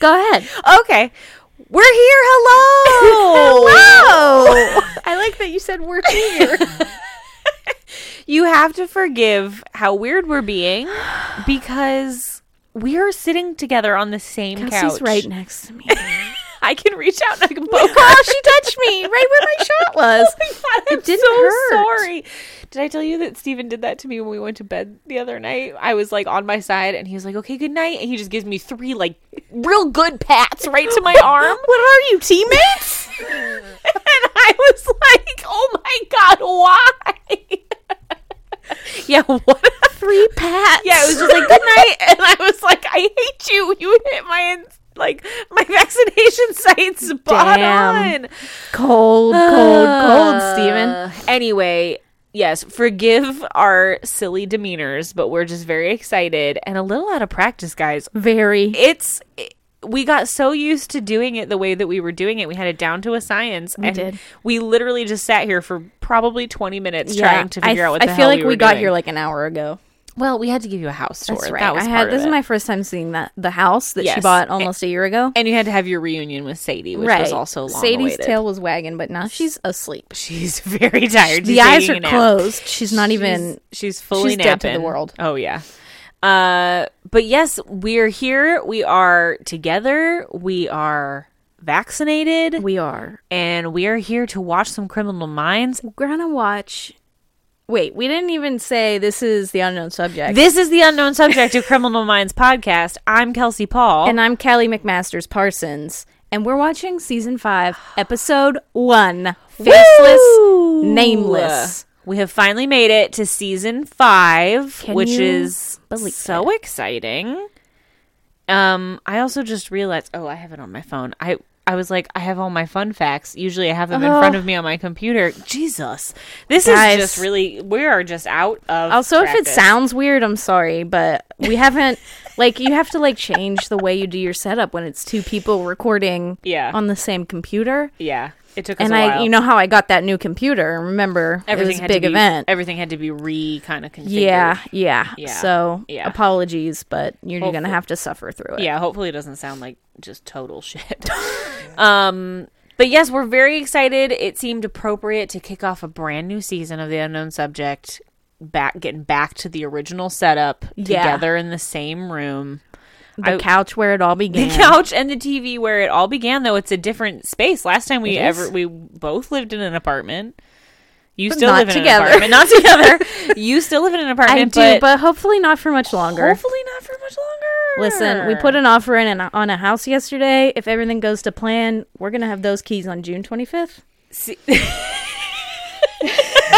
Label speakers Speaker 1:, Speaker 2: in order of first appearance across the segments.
Speaker 1: Go ahead.
Speaker 2: Okay. We're here. Hello.
Speaker 1: Hello.
Speaker 2: I like that you said we're here. you have to forgive how weird we're being because we are sitting together on the same
Speaker 1: Kelsey's
Speaker 2: couch.
Speaker 1: right next to me.
Speaker 2: I can reach out and I can poke her.
Speaker 1: oh, she touched me right where my shot was.
Speaker 2: Oh my God, I'm
Speaker 1: It didn't
Speaker 2: so
Speaker 1: hurt.
Speaker 2: sorry. Did I tell you that Steven did that to me when we went to bed the other night? I was like on my side and he was like, okay, good night. And he just gives me three like real good pats right to my arm.
Speaker 1: What are you, teammates?
Speaker 2: and I was like, oh my God, why? yeah, what?
Speaker 1: Three pats.
Speaker 2: Yeah, it was just like, good night. And I was like, I hate you. You hit my, like, my vaccination site spot
Speaker 1: Damn.
Speaker 2: on.
Speaker 1: cold, cold, cold, Steven.
Speaker 2: Steven. Anyway, yes, forgive our silly demeanors, but we're just very excited and a little out of practice, guys.
Speaker 1: Very.
Speaker 2: It's it- we got so used to doing it the way that we were doing it. We had it down to a science. We and
Speaker 1: did.
Speaker 2: We literally just sat here for probably 20 minutes
Speaker 1: Yeah,
Speaker 2: trying to
Speaker 1: I
Speaker 2: figure
Speaker 1: f-
Speaker 2: out what the
Speaker 1: I
Speaker 2: hell
Speaker 1: feel like we,
Speaker 2: were
Speaker 1: got
Speaker 2: doing.
Speaker 1: here like an hour ago.
Speaker 2: well, we had to give you a house tour.
Speaker 1: That's right.
Speaker 2: That was
Speaker 1: I
Speaker 2: part
Speaker 1: had
Speaker 2: of
Speaker 1: this is
Speaker 2: it.
Speaker 1: my first time seeing that the house that she
Speaker 2: Yes.
Speaker 1: bought almost a year ago.
Speaker 2: and you had to have your reunion with Sadie, which was also long
Speaker 1: Sadie's
Speaker 2: awaited.
Speaker 1: tail was wagging, but now she's asleep.
Speaker 2: She's very tired.
Speaker 1: The
Speaker 2: She's
Speaker 1: eyes
Speaker 2: taking
Speaker 1: are
Speaker 2: a nap.
Speaker 1: closed. She's not even.
Speaker 2: She's- she's fully
Speaker 1: she's
Speaker 2: napping.
Speaker 1: dead to the world.
Speaker 2: Oh yeah. Uh, but yes, we're here. We are together. We are vaccinated,
Speaker 1: We are.
Speaker 2: and we are here to watch some Criminal Minds.
Speaker 1: We're gonna watch. Wait, we didn't even say this is the unknown subject.
Speaker 2: This is the unknown subject of Criminal Minds podcast. I'm Kelsey Paul.
Speaker 1: and I'm Kelly McMasters Parsons, and we're watching season five, episode one, faceless,
Speaker 2: Woo!
Speaker 1: nameless.
Speaker 2: We have finally made it to season five,
Speaker 1: Can
Speaker 2: which
Speaker 1: you
Speaker 2: is
Speaker 1: believe
Speaker 2: so exciting. Um, I also just realized. Oh, I have it on my phone. I I was like, I have all my fun facts. Usually, I have them in front of me on my computer. Jesus, this
Speaker 1: Oh. Guys.
Speaker 2: is just really. We are just out of.
Speaker 1: Also, if it
Speaker 2: practice.
Speaker 1: sounds weird, I'm sorry, but we haven't like you have to like change the way you do your setup when it's two people recording
Speaker 2: Yeah.
Speaker 1: on the same computer.
Speaker 2: yeah, it took us
Speaker 1: And
Speaker 2: a
Speaker 1: I,
Speaker 2: while.
Speaker 1: you know how I got that new computer? Remember,
Speaker 2: everything
Speaker 1: it was a
Speaker 2: had to
Speaker 1: big
Speaker 2: be-
Speaker 1: event.
Speaker 2: Everything had to be re kind of configured.
Speaker 1: yeah, yeah,
Speaker 2: Yeah,
Speaker 1: So
Speaker 2: yeah.
Speaker 1: apologies, but you're, you're gonna
Speaker 2: Hopefully.
Speaker 1: have to suffer through it.
Speaker 2: Yeah, hopefully it doesn't sound like just total shit. um but yes, we're very excited. It seemed appropriate to kick off a brand new season of The Unknown Subject, back getting back to the original setup
Speaker 1: Yeah.
Speaker 2: together in the same room.
Speaker 1: the
Speaker 2: I-
Speaker 1: couch where it all began.
Speaker 2: The couch and the TV where it all began though, it's a different space. Last time we
Speaker 1: It is?
Speaker 2: ever we both lived in an apartment. You
Speaker 1: But
Speaker 2: still
Speaker 1: not
Speaker 2: live in
Speaker 1: together.
Speaker 2: an apartment, not together. you still live in an
Speaker 1: I
Speaker 2: apartment,
Speaker 1: do,
Speaker 2: but,
Speaker 1: but hopefully not for much longer.
Speaker 2: hopefully not for much longer.
Speaker 1: Listen, we put an offer in an, on a house yesterday. If everything goes to plan, we're gonna have those keys on June 25th.
Speaker 2: See-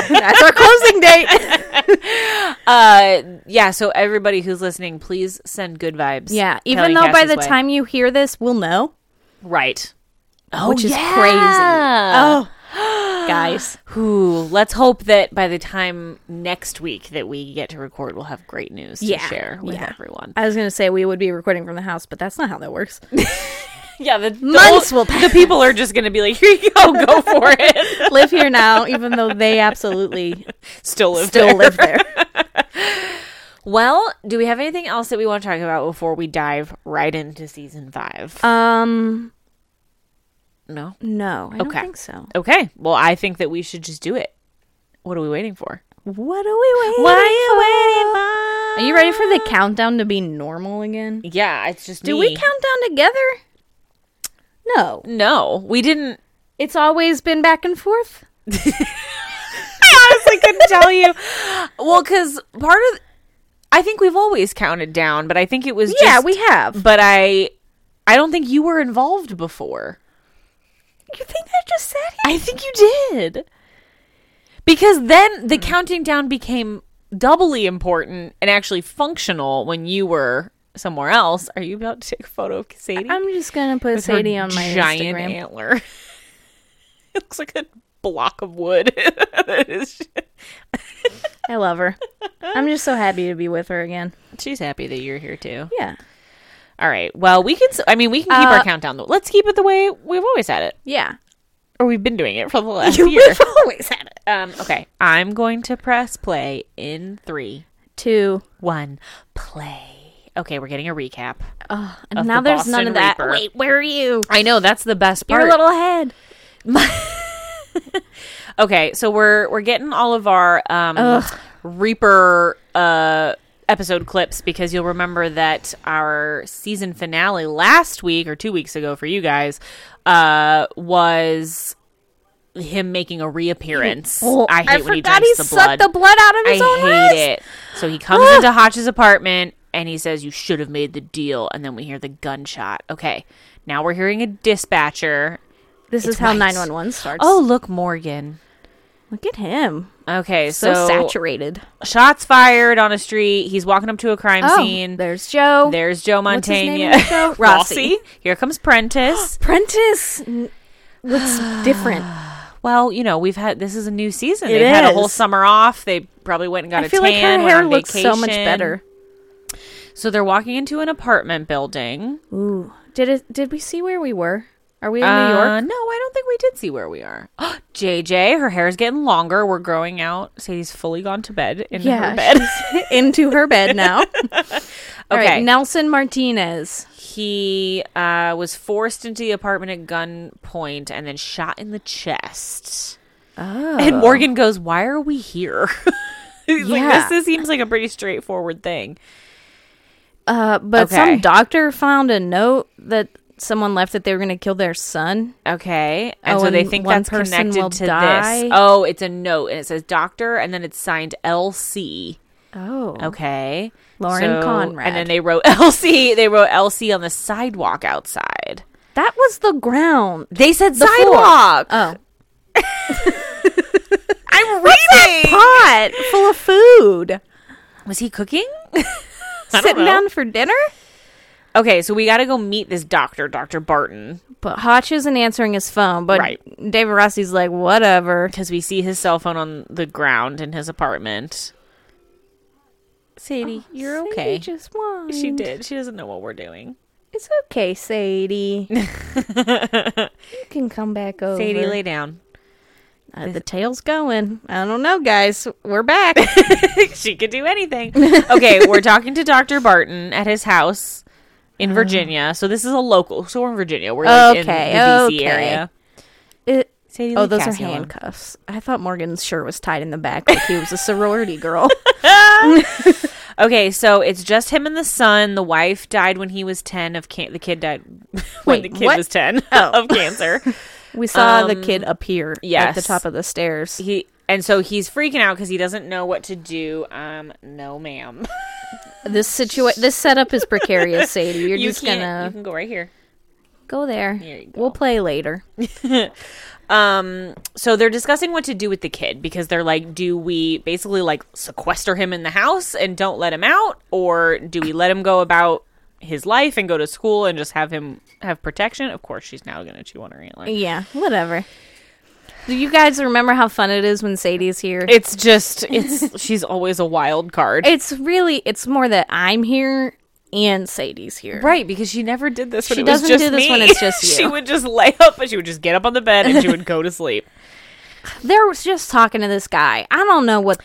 Speaker 1: That's our closing date.
Speaker 2: Uh, yeah. So everybody who's listening, please send good vibes.
Speaker 1: Yeah,
Speaker 2: Kelly
Speaker 1: even
Speaker 2: and
Speaker 1: though by
Speaker 2: Cassie's
Speaker 1: the
Speaker 2: way.
Speaker 1: time you hear this, we'll know,
Speaker 2: right,
Speaker 1: which is
Speaker 2: Oh, yeah.
Speaker 1: crazy. Oh, guys,
Speaker 2: Whew, let's hope that by the time next week that we get to record, we'll have great news to
Speaker 1: Yeah,
Speaker 2: share with
Speaker 1: yeah.
Speaker 2: everyone.
Speaker 1: I was gonna say we would be recording from the house, but that's not how that works.
Speaker 2: Yeah, the, the
Speaker 1: Months will
Speaker 2: The people are just going to be like, here you go, go for it.
Speaker 1: live here now, even though they absolutely
Speaker 2: Still live
Speaker 1: still
Speaker 2: there.
Speaker 1: live there.
Speaker 2: Well, do we have anything else that we want to talk about before we dive right into season five?
Speaker 1: Um,
Speaker 2: no.
Speaker 1: no, I don't
Speaker 2: Okay.
Speaker 1: think so.
Speaker 2: Okay. Well, I think that we should just do it. What are we waiting for?
Speaker 1: What are we waiting?
Speaker 2: What are you waiting for?
Speaker 1: Are you ready for the countdown to be normal again?
Speaker 2: Yeah, it's just
Speaker 1: Do
Speaker 2: me.
Speaker 1: we count down together? No.
Speaker 2: No, we didn't.
Speaker 1: It's always been back and forth.
Speaker 2: I honestly couldn't tell you. Well, because part of, I think we've always counted down, but I think it was
Speaker 1: yeah,
Speaker 2: just-
Speaker 1: we have.
Speaker 2: But I, I don't think you were involved before.
Speaker 1: You think I just said it? Hmm.
Speaker 2: I think you did, because then the counting down became doubly important and actually functional when you were somewhere else. Are you about to take a photo of Sadie?
Speaker 1: I'm just gonna put
Speaker 2: With her
Speaker 1: Sadie on my
Speaker 2: giant
Speaker 1: Instagram.
Speaker 2: antler. it looks like a block of wood. That is-
Speaker 1: I love her. I'm just so happy to be with her again.
Speaker 2: She's happy that you're here too.
Speaker 1: Yeah.
Speaker 2: All right. Well, we can. s- I mean, we can keep
Speaker 1: Uh,
Speaker 2: our countdown. though. Let's keep it the way we've always had it,
Speaker 1: Yeah.
Speaker 2: or we've been doing it for the last year.
Speaker 1: We've always had it.
Speaker 2: Um. Okay. I'm going to press play in three,
Speaker 1: Two.
Speaker 2: one, play. Okay, we're getting a recap.
Speaker 1: And
Speaker 2: Of
Speaker 1: now
Speaker 2: the
Speaker 1: there's
Speaker 2: Boston
Speaker 1: none of that.
Speaker 2: Reaper.
Speaker 1: Wait, where are you?
Speaker 2: I know that's the best part.
Speaker 1: Your little head.
Speaker 2: Okay, so we're we're getting all of our um, Reaper uh, episode clips because you'll remember that our season finale last week or two weeks ago for you guys uh, was him making a reappearance. I hate when he
Speaker 1: forgot
Speaker 2: drinks the blood.
Speaker 1: sucked the blood out of his
Speaker 2: I
Speaker 1: own
Speaker 2: hate
Speaker 1: eyes.
Speaker 2: it. So he comes into Hotch's apartment and he says, "You should have made the deal." And then we hear the gunshot. Okay, now we're hearing a dispatcher.
Speaker 1: This is how
Speaker 2: white.
Speaker 1: 911 starts.
Speaker 2: Oh, look, Morgan.
Speaker 1: look at him.
Speaker 2: Okay,
Speaker 1: So,
Speaker 2: so,
Speaker 1: saturated.
Speaker 2: shots fired on a street. He's walking up to a crime
Speaker 1: Oh,
Speaker 2: scene.
Speaker 1: there's Joe.
Speaker 2: There's Joe
Speaker 1: What's his name in
Speaker 2: Montaigne.
Speaker 1: the show? Rossi.
Speaker 2: Here comes Prentice.
Speaker 1: Prentice n- looks different.
Speaker 2: well, you know, we've had this is a new season.
Speaker 1: It
Speaker 2: They've had a
Speaker 1: is.
Speaker 2: whole summer off. They probably went and got a
Speaker 1: I feel like
Speaker 2: tan.
Speaker 1: her
Speaker 2: went
Speaker 1: hair
Speaker 2: on
Speaker 1: looks so much
Speaker 2: vacation.
Speaker 1: better.
Speaker 2: So they're walking into an apartment building.
Speaker 1: Ooh, did it? Did we see where we were? Are we in
Speaker 2: Uh,
Speaker 1: New York?
Speaker 2: No, I don't think we did see where we are. JJ, her hair's getting longer. We're growing out. Sadie's fully gone to bed in her bed.
Speaker 1: she's into her bed now. All right,
Speaker 2: Okay.
Speaker 1: Nelson Martinez.
Speaker 2: He uh, was forced into the apartment at gunpoint and then shot in the chest.
Speaker 1: Oh,
Speaker 2: And Morgan goes, "Why are we here?" He's like,
Speaker 1: Yeah.
Speaker 2: this, "This seems like a pretty straightforward thing."
Speaker 1: uh, but
Speaker 2: Okay.
Speaker 1: some doctor found a note that someone left that they were going to kill their son.
Speaker 2: Okay, and
Speaker 1: Oh,
Speaker 2: so they
Speaker 1: and
Speaker 2: think
Speaker 1: one
Speaker 2: that's
Speaker 1: person
Speaker 2: connected
Speaker 1: will
Speaker 2: to
Speaker 1: die?
Speaker 2: this. Oh, it's a note, and it says "Doctor," and then it's signed "LC."
Speaker 1: Oh,
Speaker 2: Okay,
Speaker 1: Lauren Conrad.
Speaker 2: and then they wrote "LC." They wrote "LC" on the sidewalk outside.
Speaker 1: that was the ground.
Speaker 2: They said
Speaker 1: The floor.
Speaker 2: sidewalk.
Speaker 1: Oh,
Speaker 2: I'm reading.
Speaker 1: pot full of food.
Speaker 2: Was he cooking? don't
Speaker 1: Sitting
Speaker 2: know.
Speaker 1: down for dinner.
Speaker 2: Okay, so we got to go meet this doctor, Doctor Barton,
Speaker 1: But Hotch isn't answering his phone. But
Speaker 2: Right.
Speaker 1: David Rossi's like, whatever.
Speaker 2: because we see his cell phone on the ground in his apartment. Sadie, you're
Speaker 1: Sadie
Speaker 2: okay.
Speaker 1: Just one.
Speaker 2: she did. She doesn't know what we're doing.
Speaker 1: It's okay, Sadie. you can come back over.
Speaker 2: Sadie, lay down.
Speaker 1: Uh, the tail's going. I don't know, guys. We're back.
Speaker 2: she could do anything. Okay, we're talking to Doctor Barton at his house in Virginia. So this is a local. So we're in Virginia. We're like
Speaker 1: Uh-huh. Okay,
Speaker 2: in the DC
Speaker 1: okay.
Speaker 2: area.
Speaker 1: It-
Speaker 2: Sadie,
Speaker 1: oh,
Speaker 2: leave
Speaker 1: those are
Speaker 2: Cassie alone.
Speaker 1: handcuffs. I thought Morgan's shirt was tied in the back like he was a sorority girl.
Speaker 2: Okay, so it's just him and the son. The wife died when he was ten. Of can- the kid died when
Speaker 1: Wait,
Speaker 2: the kid
Speaker 1: what? Oh.
Speaker 2: was ten of cancer.
Speaker 1: We saw the kid appear at the
Speaker 2: yes.
Speaker 1: top of the stairs.
Speaker 2: he and so he's freaking out because he doesn't know what to do. Um, no, ma'am.
Speaker 1: This situa- this setup is precarious, Sadie. You're
Speaker 2: you
Speaker 1: just
Speaker 2: can't. You
Speaker 1: gonna
Speaker 2: can go right here.
Speaker 1: go there.
Speaker 2: you go.
Speaker 1: We'll play later.
Speaker 2: Um, so they're discussing what to do with the kid because they're like, do we basically like sequester him in the house and don't let him out, or do we let him go about his life and go to school and just have him have protection? Of course, she's now gonna chew on her antler.
Speaker 1: Yeah, whatever. Do you guys remember how fun it is when Sadie's here?
Speaker 2: It's just, it's she's always a wild card,
Speaker 1: it's really it's more that I'm here and Sadie's here.
Speaker 2: right? Because she never did this. When
Speaker 1: She
Speaker 2: it was
Speaker 1: doesn't
Speaker 2: just
Speaker 1: do this
Speaker 2: me.
Speaker 1: when it's just
Speaker 2: she
Speaker 1: you.
Speaker 2: would just lay up, and she would just get up on the bed and she would go to sleep.
Speaker 1: There was just talking to this guy. I don't know what.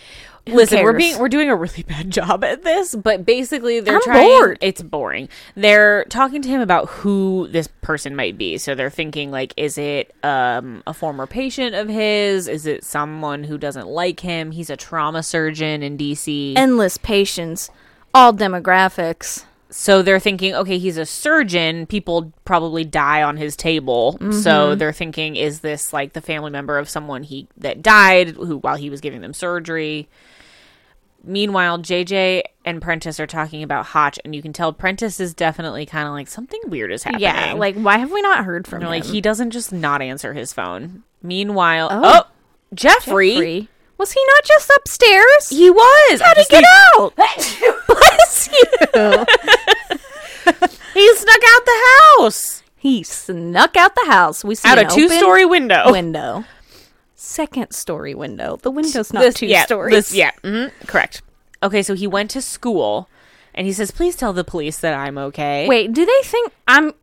Speaker 1: who
Speaker 2: Listen, we're
Speaker 1: cares?
Speaker 2: being we're doing a really bad job at this, but basically they're
Speaker 1: I'm
Speaker 2: trying.
Speaker 1: bored.
Speaker 2: It's boring. They're talking to him about who this person might be. So they're thinking like, is it um, a former patient of his? Is it someone who doesn't like him? He's a trauma surgeon in DC.
Speaker 1: endless patients, all demographics.
Speaker 2: so they're thinking, okay, he's a surgeon. People probably die on his table. So
Speaker 1: Mm-hmm.
Speaker 2: they're thinking, is this like the family member of someone he that died who while he was giving them surgery? Meanwhile, JJ and Prentice are talking about Hotch, and you can tell Prentice is definitely kind of like something weird is happening.
Speaker 1: Yeah, like why have we not heard
Speaker 2: You
Speaker 1: from
Speaker 2: know,
Speaker 1: him?
Speaker 2: like he doesn't just not answer his phone. Meanwhile, oh,
Speaker 1: Oh.
Speaker 2: Jeffrey,
Speaker 1: Free. Was he not just upstairs?
Speaker 2: He was.
Speaker 1: How
Speaker 2: I
Speaker 1: did
Speaker 2: just
Speaker 1: he get
Speaker 2: need-
Speaker 1: out? Bless you.
Speaker 2: He snuck out the house
Speaker 1: he snuck out the house. We see
Speaker 2: out
Speaker 1: an
Speaker 2: a two
Speaker 1: open
Speaker 2: story window.
Speaker 1: window. Second story window. The window's not
Speaker 2: This-
Speaker 1: two
Speaker 2: yeah,
Speaker 1: stories.
Speaker 2: this- yeah, mhm, correct. Okay, so he went to school, and he says, "Please tell the police that I'm okay."
Speaker 1: Wait, do they think I'm?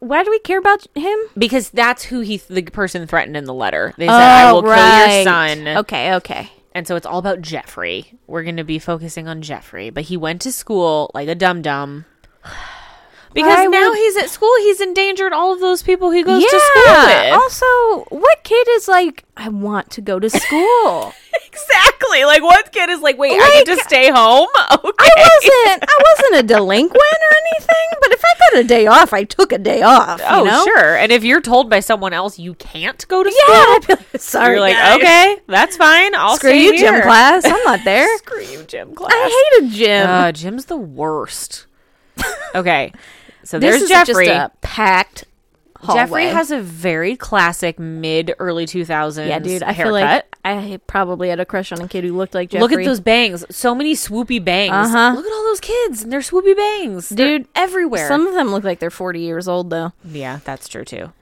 Speaker 1: Why do we care about him?
Speaker 2: because that's who he, the person threatened in the letter. They said, "I will kill your son."
Speaker 1: Oh, Okay, okay.
Speaker 2: And so it's all about Jeffrey. We're going to be focusing on Jeffrey, but he went to school like a dum dum. Because
Speaker 1: Why
Speaker 2: now
Speaker 1: would-
Speaker 2: he's at school, he's endangered all of those people he goes
Speaker 1: yeah.
Speaker 2: to school with.
Speaker 1: Also, what kid is like? I want to go to school.
Speaker 2: Exactly. Like one kid is like, "Wait, I get
Speaker 1: Like-
Speaker 2: to stay home." Okay.
Speaker 1: I wasn't. I wasn't a delinquent or anything. But if I got a day off, I took a day off. You
Speaker 2: Oh,
Speaker 1: know?
Speaker 2: sure. And if you're told by someone else you can't go to
Speaker 1: Yeah.
Speaker 2: school,
Speaker 1: I'd be like, Sorry,
Speaker 2: you're like,
Speaker 1: guys.
Speaker 2: "Okay, that's fine. I'll
Speaker 1: Screw
Speaker 2: stay
Speaker 1: you,
Speaker 2: here.
Speaker 1: gym class. I'm not there.
Speaker 2: Screw you, gym class.
Speaker 1: I hated gym.
Speaker 2: Uh, Jim's the worst. Okay. So
Speaker 1: This
Speaker 2: there's
Speaker 1: is
Speaker 2: Jeffrey.
Speaker 1: Just a packed hallway.
Speaker 2: Jeffrey has a very classic mid early 2000s
Speaker 1: Yeah, dude. I
Speaker 2: haircut.
Speaker 1: feel like I probably had a crush on a kid who looked like Jeffrey.
Speaker 2: Look at those bangs. So many swoopy bangs.
Speaker 1: Uh-huh.
Speaker 2: Look at all those kids and their swoopy bangs. They're
Speaker 1: Dude,
Speaker 2: everywhere.
Speaker 1: Some of them look like they're 40 years old, though.
Speaker 2: yeah, that's true too.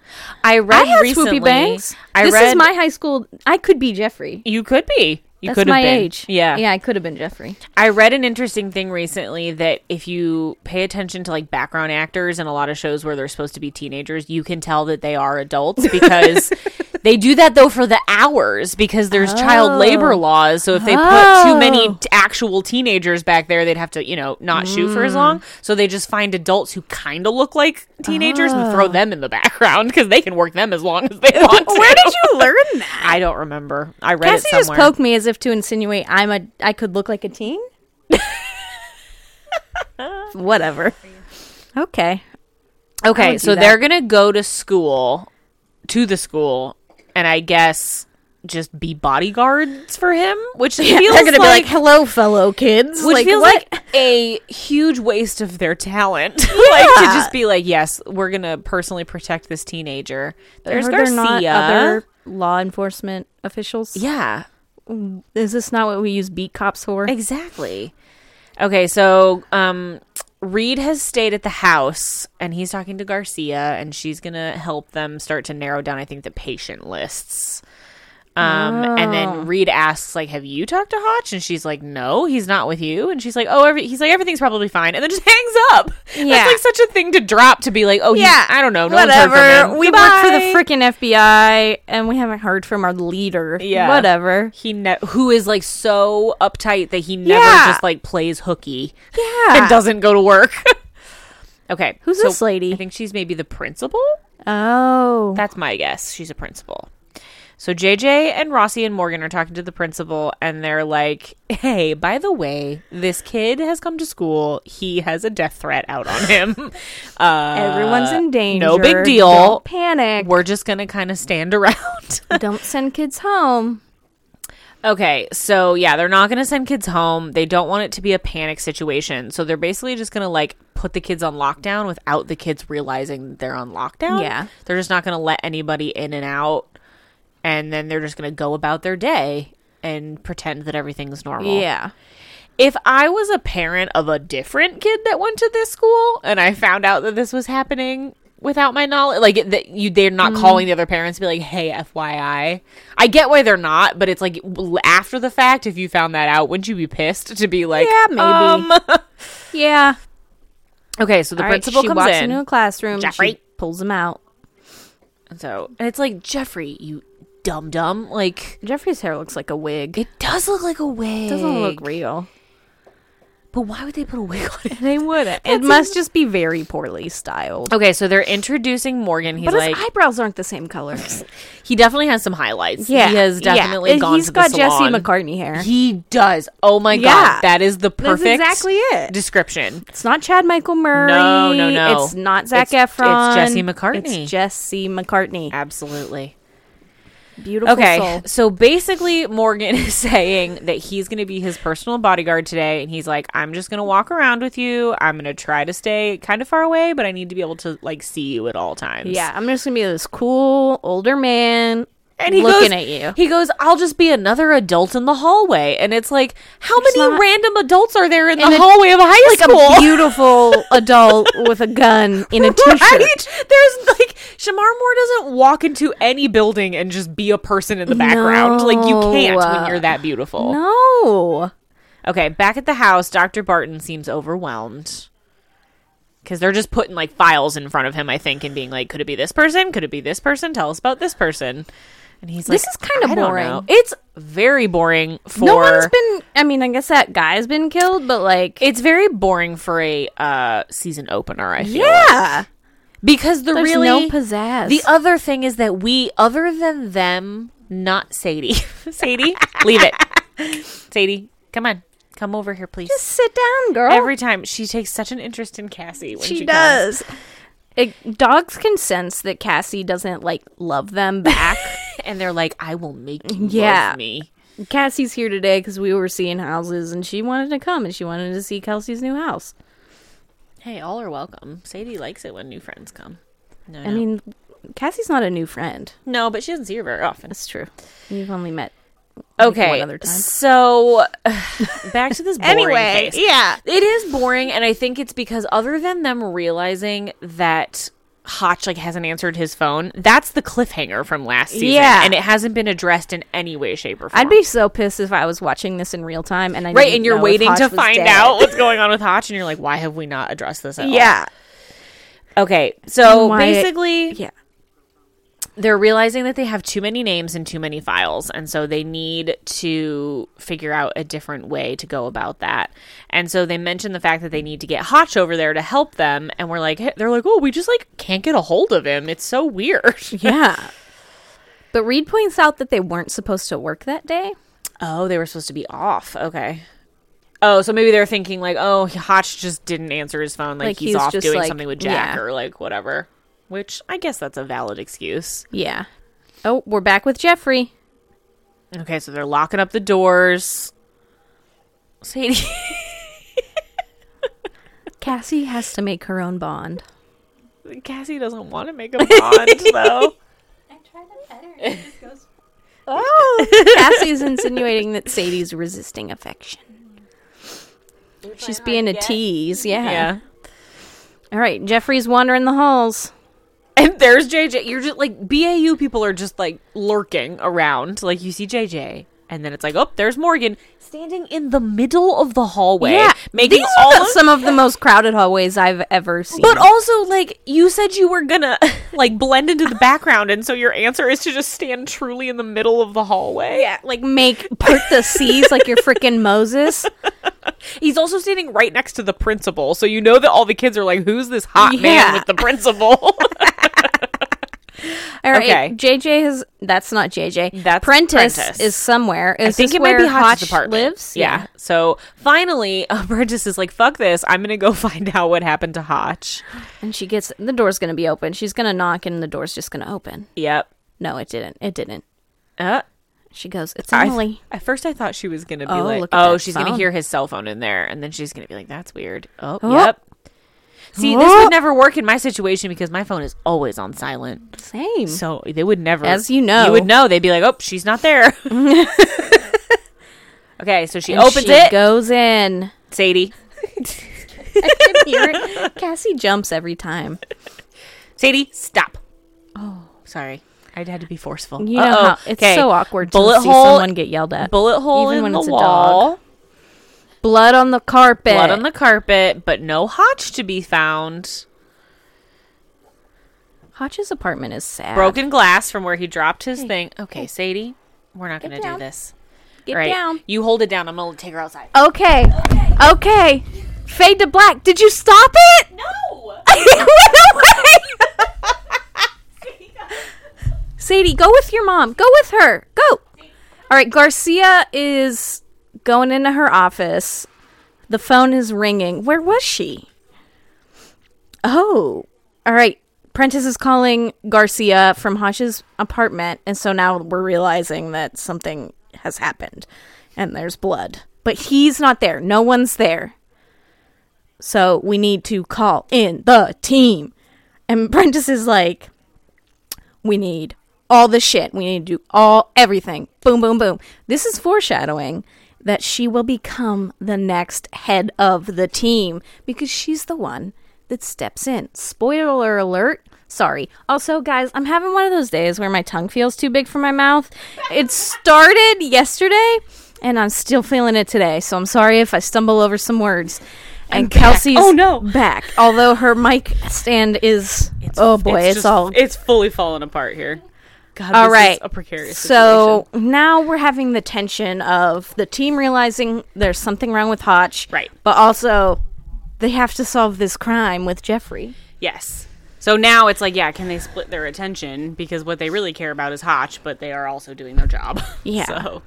Speaker 2: I read recently, I
Speaker 1: this
Speaker 2: read
Speaker 1: is my high school. I could be Jeffrey.
Speaker 2: You could be. You
Speaker 1: That's
Speaker 2: could have
Speaker 1: my
Speaker 2: been.
Speaker 1: age.
Speaker 2: Yeah.
Speaker 1: Yeah, I could have been Jeffrey.
Speaker 2: I read an interesting thing recently that if you pay attention to like background actors in a lot of shows where they're supposed to be teenagers, you can tell that they are adults because they do that though for the hours because there's child labor laws. So if they put too many
Speaker 1: Oh.
Speaker 2: t- actual teenagers back there, they'd have to, you know, not shoot for as
Speaker 1: Mm.
Speaker 2: long. So they just find adults who kind of look like teenagers and throw them in the background because they can work them as long as they want to.
Speaker 1: Oh. Where did you learn that?
Speaker 2: I don't remember. I read
Speaker 1: Cassie
Speaker 2: it
Speaker 1: just
Speaker 2: somewhere.
Speaker 1: poked me as if to insinuate I'm a I could look like a teen. Whatever. Okay.
Speaker 2: Okay,
Speaker 1: would do
Speaker 2: so
Speaker 1: that.
Speaker 2: they're gonna go to school, to the school, and I guess just be bodyguards for him, which feels
Speaker 1: They're gonna be like,
Speaker 2: like,
Speaker 1: "Hello, fellow kids."
Speaker 2: which
Speaker 1: like,
Speaker 2: feels
Speaker 1: what?
Speaker 2: like a huge waste of their talent. like to
Speaker 1: Yeah.
Speaker 2: just be like, yes, we're gonna personally protect this teenager.
Speaker 1: I
Speaker 2: There's
Speaker 1: heard they're
Speaker 2: Garcia.
Speaker 1: not other law enforcement officials.
Speaker 2: yeah,
Speaker 1: Is this not what we use beat cops for?
Speaker 2: exactly. Okay, so um, Reed has stayed at the house, and he's talking to Garcia, and she's gonna help them start to narrow down. I think the patient lists. Um, and
Speaker 1: Ah.
Speaker 2: then Reed asks, like, "Have you talked to Hotch?" And she's like, "No, he's not with you." And she's like, "Oh, every-, he's like, everything's probably fine," and then just hangs up.
Speaker 1: Yeah.
Speaker 2: That's like such a thing to drop to be like, "Oh, yeah,
Speaker 1: Yeah.
Speaker 2: I don't know, no one's heard from
Speaker 1: Whatever.
Speaker 2: him.
Speaker 1: We work for the
Speaker 2: Goodbye."
Speaker 1: freaking FBI, and we haven't heard from our leader.
Speaker 2: Yeah.
Speaker 1: Whatever.
Speaker 2: He ne- who is like so uptight that he never
Speaker 1: Yeah.
Speaker 2: just like plays hooky
Speaker 1: Yeah.
Speaker 2: and doesn't go to work. okay,
Speaker 1: Who's
Speaker 2: so
Speaker 1: this lady?
Speaker 2: I think she's maybe the principal.
Speaker 1: oh.
Speaker 2: That's my guess. She's a principal. So JJ and Rossi and Morgan are talking to the principal, and they're like, "Hey, by the way, this kid has come to school. He has a death threat out on him. Uh,
Speaker 1: Everyone's in danger.
Speaker 2: No big deal.
Speaker 1: Don't panic.
Speaker 2: We're just gonna kind of stand around."
Speaker 1: Don't send kids home.
Speaker 2: okay, so yeah, they're not gonna send kids home. They don't want it to be a panic situation, so they're basically just gonna like put the kids on lockdown without the kids realizing they're on lockdown.
Speaker 1: Yeah.
Speaker 2: they're just not gonna let anybody in and out and then they're just going to go about their day and pretend that everything's normal.
Speaker 1: Yeah.
Speaker 2: If I was a parent of a different kid that went to this school and I found out that this was happening without my knowledge, like that you they're not calling the other parents to be like, "Hey, FYI." I get why they're not, but it's like w- after the fact if you found that out, wouldn't you be pissed to be like,
Speaker 1: Yeah, maybe.
Speaker 2: um,
Speaker 1: Yeah.
Speaker 2: okay, so the
Speaker 1: All right,
Speaker 2: principal
Speaker 1: she
Speaker 2: comes
Speaker 1: walks
Speaker 2: in.
Speaker 1: into a classroom. and
Speaker 2: Jeffrey.
Speaker 1: She pulls him out.
Speaker 2: so, and it's like, "Jeffrey, you dumb dumb." Like
Speaker 1: Jeffrey's hair looks like a wig.
Speaker 2: it does look like a wig.
Speaker 1: doesn't look real.
Speaker 2: But why would they put a wig on it?
Speaker 1: They wouldn't. It must just be very poorly styled.
Speaker 2: Okay, so they're introducing Morgan. He's
Speaker 1: But
Speaker 2: like,
Speaker 1: his eyebrows aren't the same colors.
Speaker 2: he definitely has some highlights. he has
Speaker 1: yeah.
Speaker 2: definitely gone
Speaker 1: He's
Speaker 2: to
Speaker 1: got
Speaker 2: the
Speaker 1: Jesse
Speaker 2: salon.
Speaker 1: McCartney hair.
Speaker 2: He does. Oh my
Speaker 1: Yeah.
Speaker 2: god, that is the perfect
Speaker 1: exactly it.
Speaker 2: description.
Speaker 1: It's not Chad Michael Murray.
Speaker 2: No, no, no.
Speaker 1: It's not Zach
Speaker 2: It's- it's
Speaker 1: Efron.
Speaker 2: Jesse McCartney.
Speaker 1: It's Jesse McCartney.
Speaker 2: Absolutely.
Speaker 1: Beautiful
Speaker 2: Okay,
Speaker 1: soul.
Speaker 2: so basically Morgan is saying that he's going to be his personal bodyguard today, and he's like, "I'm just going to walk around with you. I'm going to try to stay kind of far away, but I need to be able to like see you at all times."
Speaker 1: Yeah, I'm just gonna be this cool older man.
Speaker 2: and he goes,
Speaker 1: Looking at you.
Speaker 2: He goes, "I'll just be another adult in the hallway." And it's like, how many
Speaker 1: not-
Speaker 2: random adults are there in
Speaker 1: In
Speaker 2: the
Speaker 1: a-
Speaker 2: hallway of a high
Speaker 1: like
Speaker 2: school?
Speaker 1: a beautiful adult with a gun in a t-shirt.
Speaker 2: Right? There's like Shamar Moore doesn't walk into any building and just be a person in the background. Like you can't when
Speaker 1: No.
Speaker 2: you're that beautiful.
Speaker 1: No.
Speaker 2: Okay, back at the house, Dr. Barton seems overwhelmed. Because they're just putting like files in front of him, I think, and being like, could it be this person? Could it be this person? Tell us about this person. And he's like,
Speaker 1: This is kinda
Speaker 2: "I don't
Speaker 1: boring."
Speaker 2: know." It's very boring for.
Speaker 1: No one's been I mean, I guess that guy's been killed, but like
Speaker 2: it's very boring for a uh, season opener, I feel.
Speaker 1: Yeah.
Speaker 2: Because the
Speaker 1: There's
Speaker 2: really.
Speaker 1: no pizzazz.
Speaker 2: The other thing is that we, other than them, not Sadie. Sadie, leave it. Sadie, come on. Come over here, please.
Speaker 1: sit down, girl.
Speaker 2: Every time she takes such an interest in Cassie when she,
Speaker 1: she,
Speaker 2: comes.
Speaker 1: does. It, dogs can sense that Cassie doesn't like love them back.
Speaker 2: and they're like, "I will make you
Speaker 1: Yeah.
Speaker 2: love me."
Speaker 1: Cassie's here today because we were seeing houses and she wanted to come and she wanted to see Kelsey's new house.
Speaker 2: Hey, all are welcome. Sadie likes it when new friends come. No,
Speaker 1: I mean, Cassie's not a new friend.
Speaker 2: no, but she doesn't see her very often.
Speaker 1: That's true. You've only met
Speaker 2: Okay,
Speaker 1: one other time.
Speaker 2: so back to this. Boring case.
Speaker 1: yeah.
Speaker 2: It is boring, and I think it's because other than them realizing that Hotch like hasn't answered his phone, that's the cliffhanger from last season,
Speaker 1: Yeah.
Speaker 2: and it hasn't been addressed in any way, shape, or form.
Speaker 1: I'd be so pissed if I was watching this in real time and I
Speaker 2: right,
Speaker 1: didn't
Speaker 2: and you're
Speaker 1: know if
Speaker 2: waiting
Speaker 1: Hodge
Speaker 2: to
Speaker 1: was
Speaker 2: find
Speaker 1: dead.
Speaker 2: out Oh. what's going on with Hotch, and you're like, "Why have we not addressed this at all?"
Speaker 1: Yeah,
Speaker 2: Okay, so
Speaker 1: And why it-
Speaker 2: basically,
Speaker 1: yeah.
Speaker 2: they're realizing that they have too many names and too many files, and so they need to figure out a different way to go about that. And so they mention the fact that they need to get Hotch over there to help them, and we're like, hey- they're like, oh, we just like can't get a hold of him. It's so weird.
Speaker 1: Yeah. But Reed points out that they weren't supposed to work that day.
Speaker 2: Oh, they were supposed to be off. Okay. Oh, so maybe they're thinking like, oh, Hotch just didn't answer his phone, like,
Speaker 1: Like,
Speaker 2: he's,
Speaker 1: he's
Speaker 2: off
Speaker 1: just,
Speaker 2: doing
Speaker 1: like-
Speaker 2: something with Jack
Speaker 1: yeah.
Speaker 2: or like whatever. Which I guess that's a valid excuse.
Speaker 1: Yeah. Oh, we're back with Jeffrey.
Speaker 2: Okay, so they're locking up the doors. Sadie.
Speaker 1: Cassie has to make her own bond.
Speaker 2: Cassie doesn't want to make a bond though.
Speaker 1: Cassie's insinuating that Sadie's resisting affection. She's being a tease, yeah.
Speaker 2: Yeah.
Speaker 1: All right, Jeffrey's wandering the halls.
Speaker 2: And there's JJ. You're just like BAU people are just like lurking around. Like you see JJ, and then it's like, oh, there's Morgan standing in the middle of the hallway, making
Speaker 1: these
Speaker 2: all
Speaker 1: are the-
Speaker 2: of-
Speaker 1: some of the most crowded hallways I've ever seen.
Speaker 2: But also, like you said, you were gonna like blend into the background, and so your answer is to just stand truly in the middle of the hallway.
Speaker 1: yeah, like make part the seas like you're freaking Moses.
Speaker 2: He's also standing right next to the principal, so you know that all the kids are like, "Who's this hot man
Speaker 1: Yeah.
Speaker 2: with the principal?"
Speaker 1: All
Speaker 2: Okay.
Speaker 1: right, JJ has that's not JJ.
Speaker 2: That's
Speaker 1: Prentice,
Speaker 2: Prentice.
Speaker 1: is somewhere. Is
Speaker 2: I think
Speaker 1: this
Speaker 2: it might be
Speaker 1: where
Speaker 2: Hotch's
Speaker 1: Hotch
Speaker 2: apartment.
Speaker 1: lives?
Speaker 2: Yeah. So finally, Prentice is like, "Fuck this! I'm gonna go find out what happened to Hotch."
Speaker 1: and she gets the door's going to be open. She's going to knock, and the door's just going to open.
Speaker 2: Yep.
Speaker 1: No, it didn't. It didn't.
Speaker 2: Uh,
Speaker 1: She goes, "It's
Speaker 2: I-
Speaker 1: Emily."
Speaker 2: at first, I thought she was gonna be
Speaker 1: Oh,
Speaker 2: like,
Speaker 1: look at
Speaker 2: "Oh,
Speaker 1: that
Speaker 2: she's gonna
Speaker 1: phone.
Speaker 2: hear his cell phone in there," and then she's gonna be like, "That's weird." Oh,
Speaker 1: Oh.
Speaker 2: yep. See, this
Speaker 1: Oh.
Speaker 2: would never work in my situation because my phone is always on silent.
Speaker 1: Same.
Speaker 2: So they would never,
Speaker 1: Hmm. As you know.
Speaker 2: you would know. They'd be like, "Oh, she's not there." okay, so she
Speaker 1: And
Speaker 2: opens
Speaker 1: she
Speaker 2: it.
Speaker 1: Goes in.
Speaker 2: Sadie,
Speaker 1: Cassie jumps every time.
Speaker 2: Sadie, stop. Oh, sorry. I had to be forceful.
Speaker 1: You know
Speaker 2: Uh-oh.
Speaker 1: how it's
Speaker 2: Okay.
Speaker 1: so awkward
Speaker 2: bullet
Speaker 1: to see
Speaker 2: hole,
Speaker 1: someone get yelled at.
Speaker 2: bullet hole
Speaker 1: even
Speaker 2: in
Speaker 1: when
Speaker 2: the
Speaker 1: it's a dog.
Speaker 2: wall,
Speaker 1: blood on the carpet.
Speaker 2: blood on the carpet, but no Hotch to be found.
Speaker 1: Hotch's apartment is sad.
Speaker 2: Broken glass from where he dropped his thing. Okay, Sadie, we're not going to do
Speaker 1: down.
Speaker 2: this.
Speaker 1: Get
Speaker 2: All right,
Speaker 1: down.
Speaker 2: You hold it down. I'm going to take her outside.
Speaker 1: Okay. Okay. Fade to black. Did you stop it?
Speaker 2: No.
Speaker 1: it went away. Sadie, go with your mom. Go with her. Go. All right, Garcia is going into her office. The phone is ringing. Where was she? Oh. All right. Prentice is calling Garcia from Hosh's apartment, and so now we're realizing that something has happened and there's blood. But he's not there. No one's there. So we need to call in the team. And Prentice is like, we need all the shit. We need to do all everything. Boom, boom, boom. This is foreshadowing that she will become the next head of the team because she's the one that steps in. Spoiler alert. Sorry. Also, guys, I'm having one of those days where my tongue feels too big for my mouth. It started yesterday and I'm still feeling it today. So I'm sorry if I stumble over some words. And Kelsey's
Speaker 2: Oh, no.
Speaker 1: back. Although her mic stand is oh boy, it's,
Speaker 2: just-
Speaker 1: all
Speaker 2: it's fully falling apart here. God,
Speaker 1: all
Speaker 2: this
Speaker 1: right.
Speaker 2: is a precarious
Speaker 1: So now we're having the tension of the team realizing there's something wrong with Hotch,
Speaker 2: Right.
Speaker 1: But also, they have to solve this crime with Jeffrey.
Speaker 2: Yes. So now it's like, yeah, can they split their attention because what they really care about is Hotch, but they are also doing their job.
Speaker 1: Yeah.
Speaker 2: So.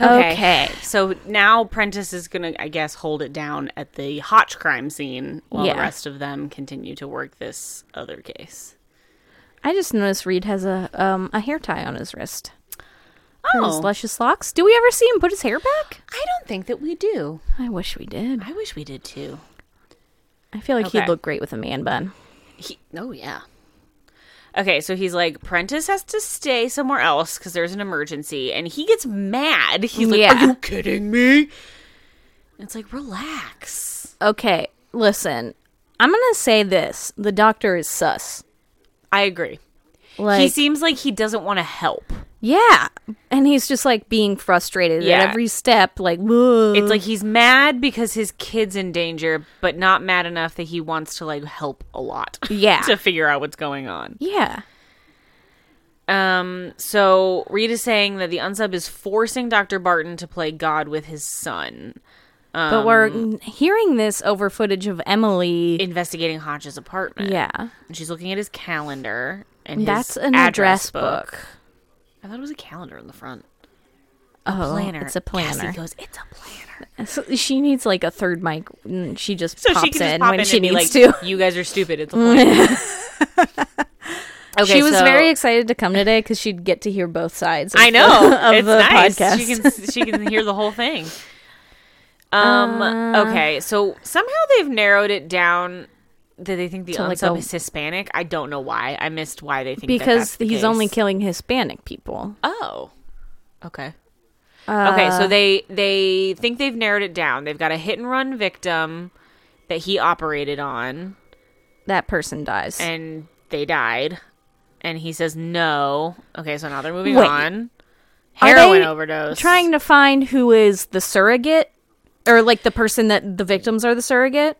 Speaker 1: Okay.
Speaker 2: So now Prentice is gonna, I guess, hold it down at the Hotch crime scene while
Speaker 1: Yeah.
Speaker 2: the rest of them continue to work this other case.
Speaker 1: I just noticed Reed has a um, a hair tie on his wrist. For his
Speaker 2: Oh,
Speaker 1: luscious locks. Do we ever see him put his hair back?
Speaker 2: I don't think that we do.
Speaker 1: I wish we did.
Speaker 2: I wish we did too.
Speaker 1: I feel like
Speaker 2: Okay.
Speaker 1: he'd look great with a man bun.
Speaker 2: He, oh yeah. Okay, so he's like Prentice has to stay somewhere else because there's an emergency, and he gets mad. He's like,
Speaker 1: Yeah.
Speaker 2: "Are you kidding me?" And it's like, relax.
Speaker 1: Okay, listen. I'm gonna say this: the doctor is sus.
Speaker 2: I agree.
Speaker 1: Like
Speaker 2: he seems like he doesn't want to help.
Speaker 1: Yeah. And he's just like being frustrated
Speaker 2: Yeah.
Speaker 1: at every step, like, "Whoa."
Speaker 2: It's like he's mad because his kid's in danger, but not mad enough that he wants to like help a lot.
Speaker 1: Yeah.
Speaker 2: to figure out what's going on.
Speaker 1: yeah.
Speaker 2: Um, so Reed is saying that the unsub is forcing Dr. Barton to play God with his son,
Speaker 1: but
Speaker 2: Um,
Speaker 1: we're hearing this over footage of Emily.
Speaker 2: investigating Hodge's apartment.
Speaker 1: yeah.
Speaker 2: And she's looking at his calendar and his
Speaker 1: That's an address, book.
Speaker 2: I thought it was a calendar in the front.
Speaker 1: Oh,
Speaker 2: Planner.
Speaker 1: it's a planner.
Speaker 2: Cassie goes, it's a planner.
Speaker 1: So she needs like a third mic. and She just
Speaker 2: So
Speaker 1: pops
Speaker 2: she can just
Speaker 1: in
Speaker 2: pop
Speaker 1: when
Speaker 2: in
Speaker 1: she
Speaker 2: and be
Speaker 1: needs
Speaker 2: like,
Speaker 1: to.
Speaker 2: you guys are stupid. It's a planner. okay,
Speaker 1: she was
Speaker 2: so-
Speaker 1: very excited to come today because she'd get to hear both sides. Of
Speaker 2: I know.
Speaker 1: the, of
Speaker 2: it's
Speaker 1: the
Speaker 2: nice.
Speaker 1: podcast.
Speaker 2: She can she can hear the whole thing. Um.
Speaker 1: Uh.
Speaker 2: okay. So somehow they've narrowed it down that they think the
Speaker 1: like,
Speaker 2: unsub
Speaker 1: a-
Speaker 2: is Hispanic. I don't know why. I missed why they think that
Speaker 1: because
Speaker 2: that's the
Speaker 1: he's
Speaker 2: case.
Speaker 1: only killing Hispanic people.
Speaker 2: Oh. Okay. okay,
Speaker 1: Uh,
Speaker 2: so they they think they've narrowed it down. They've got a hit and run victim that he operated on
Speaker 1: That person dies.
Speaker 2: and they died. And he says no. Okay, so now they're moving
Speaker 1: Wait.
Speaker 2: on.
Speaker 1: Are
Speaker 2: Heroin
Speaker 1: they
Speaker 2: overdose.
Speaker 1: trying to find who is the surrogate or like the person that the victims are the surrogate.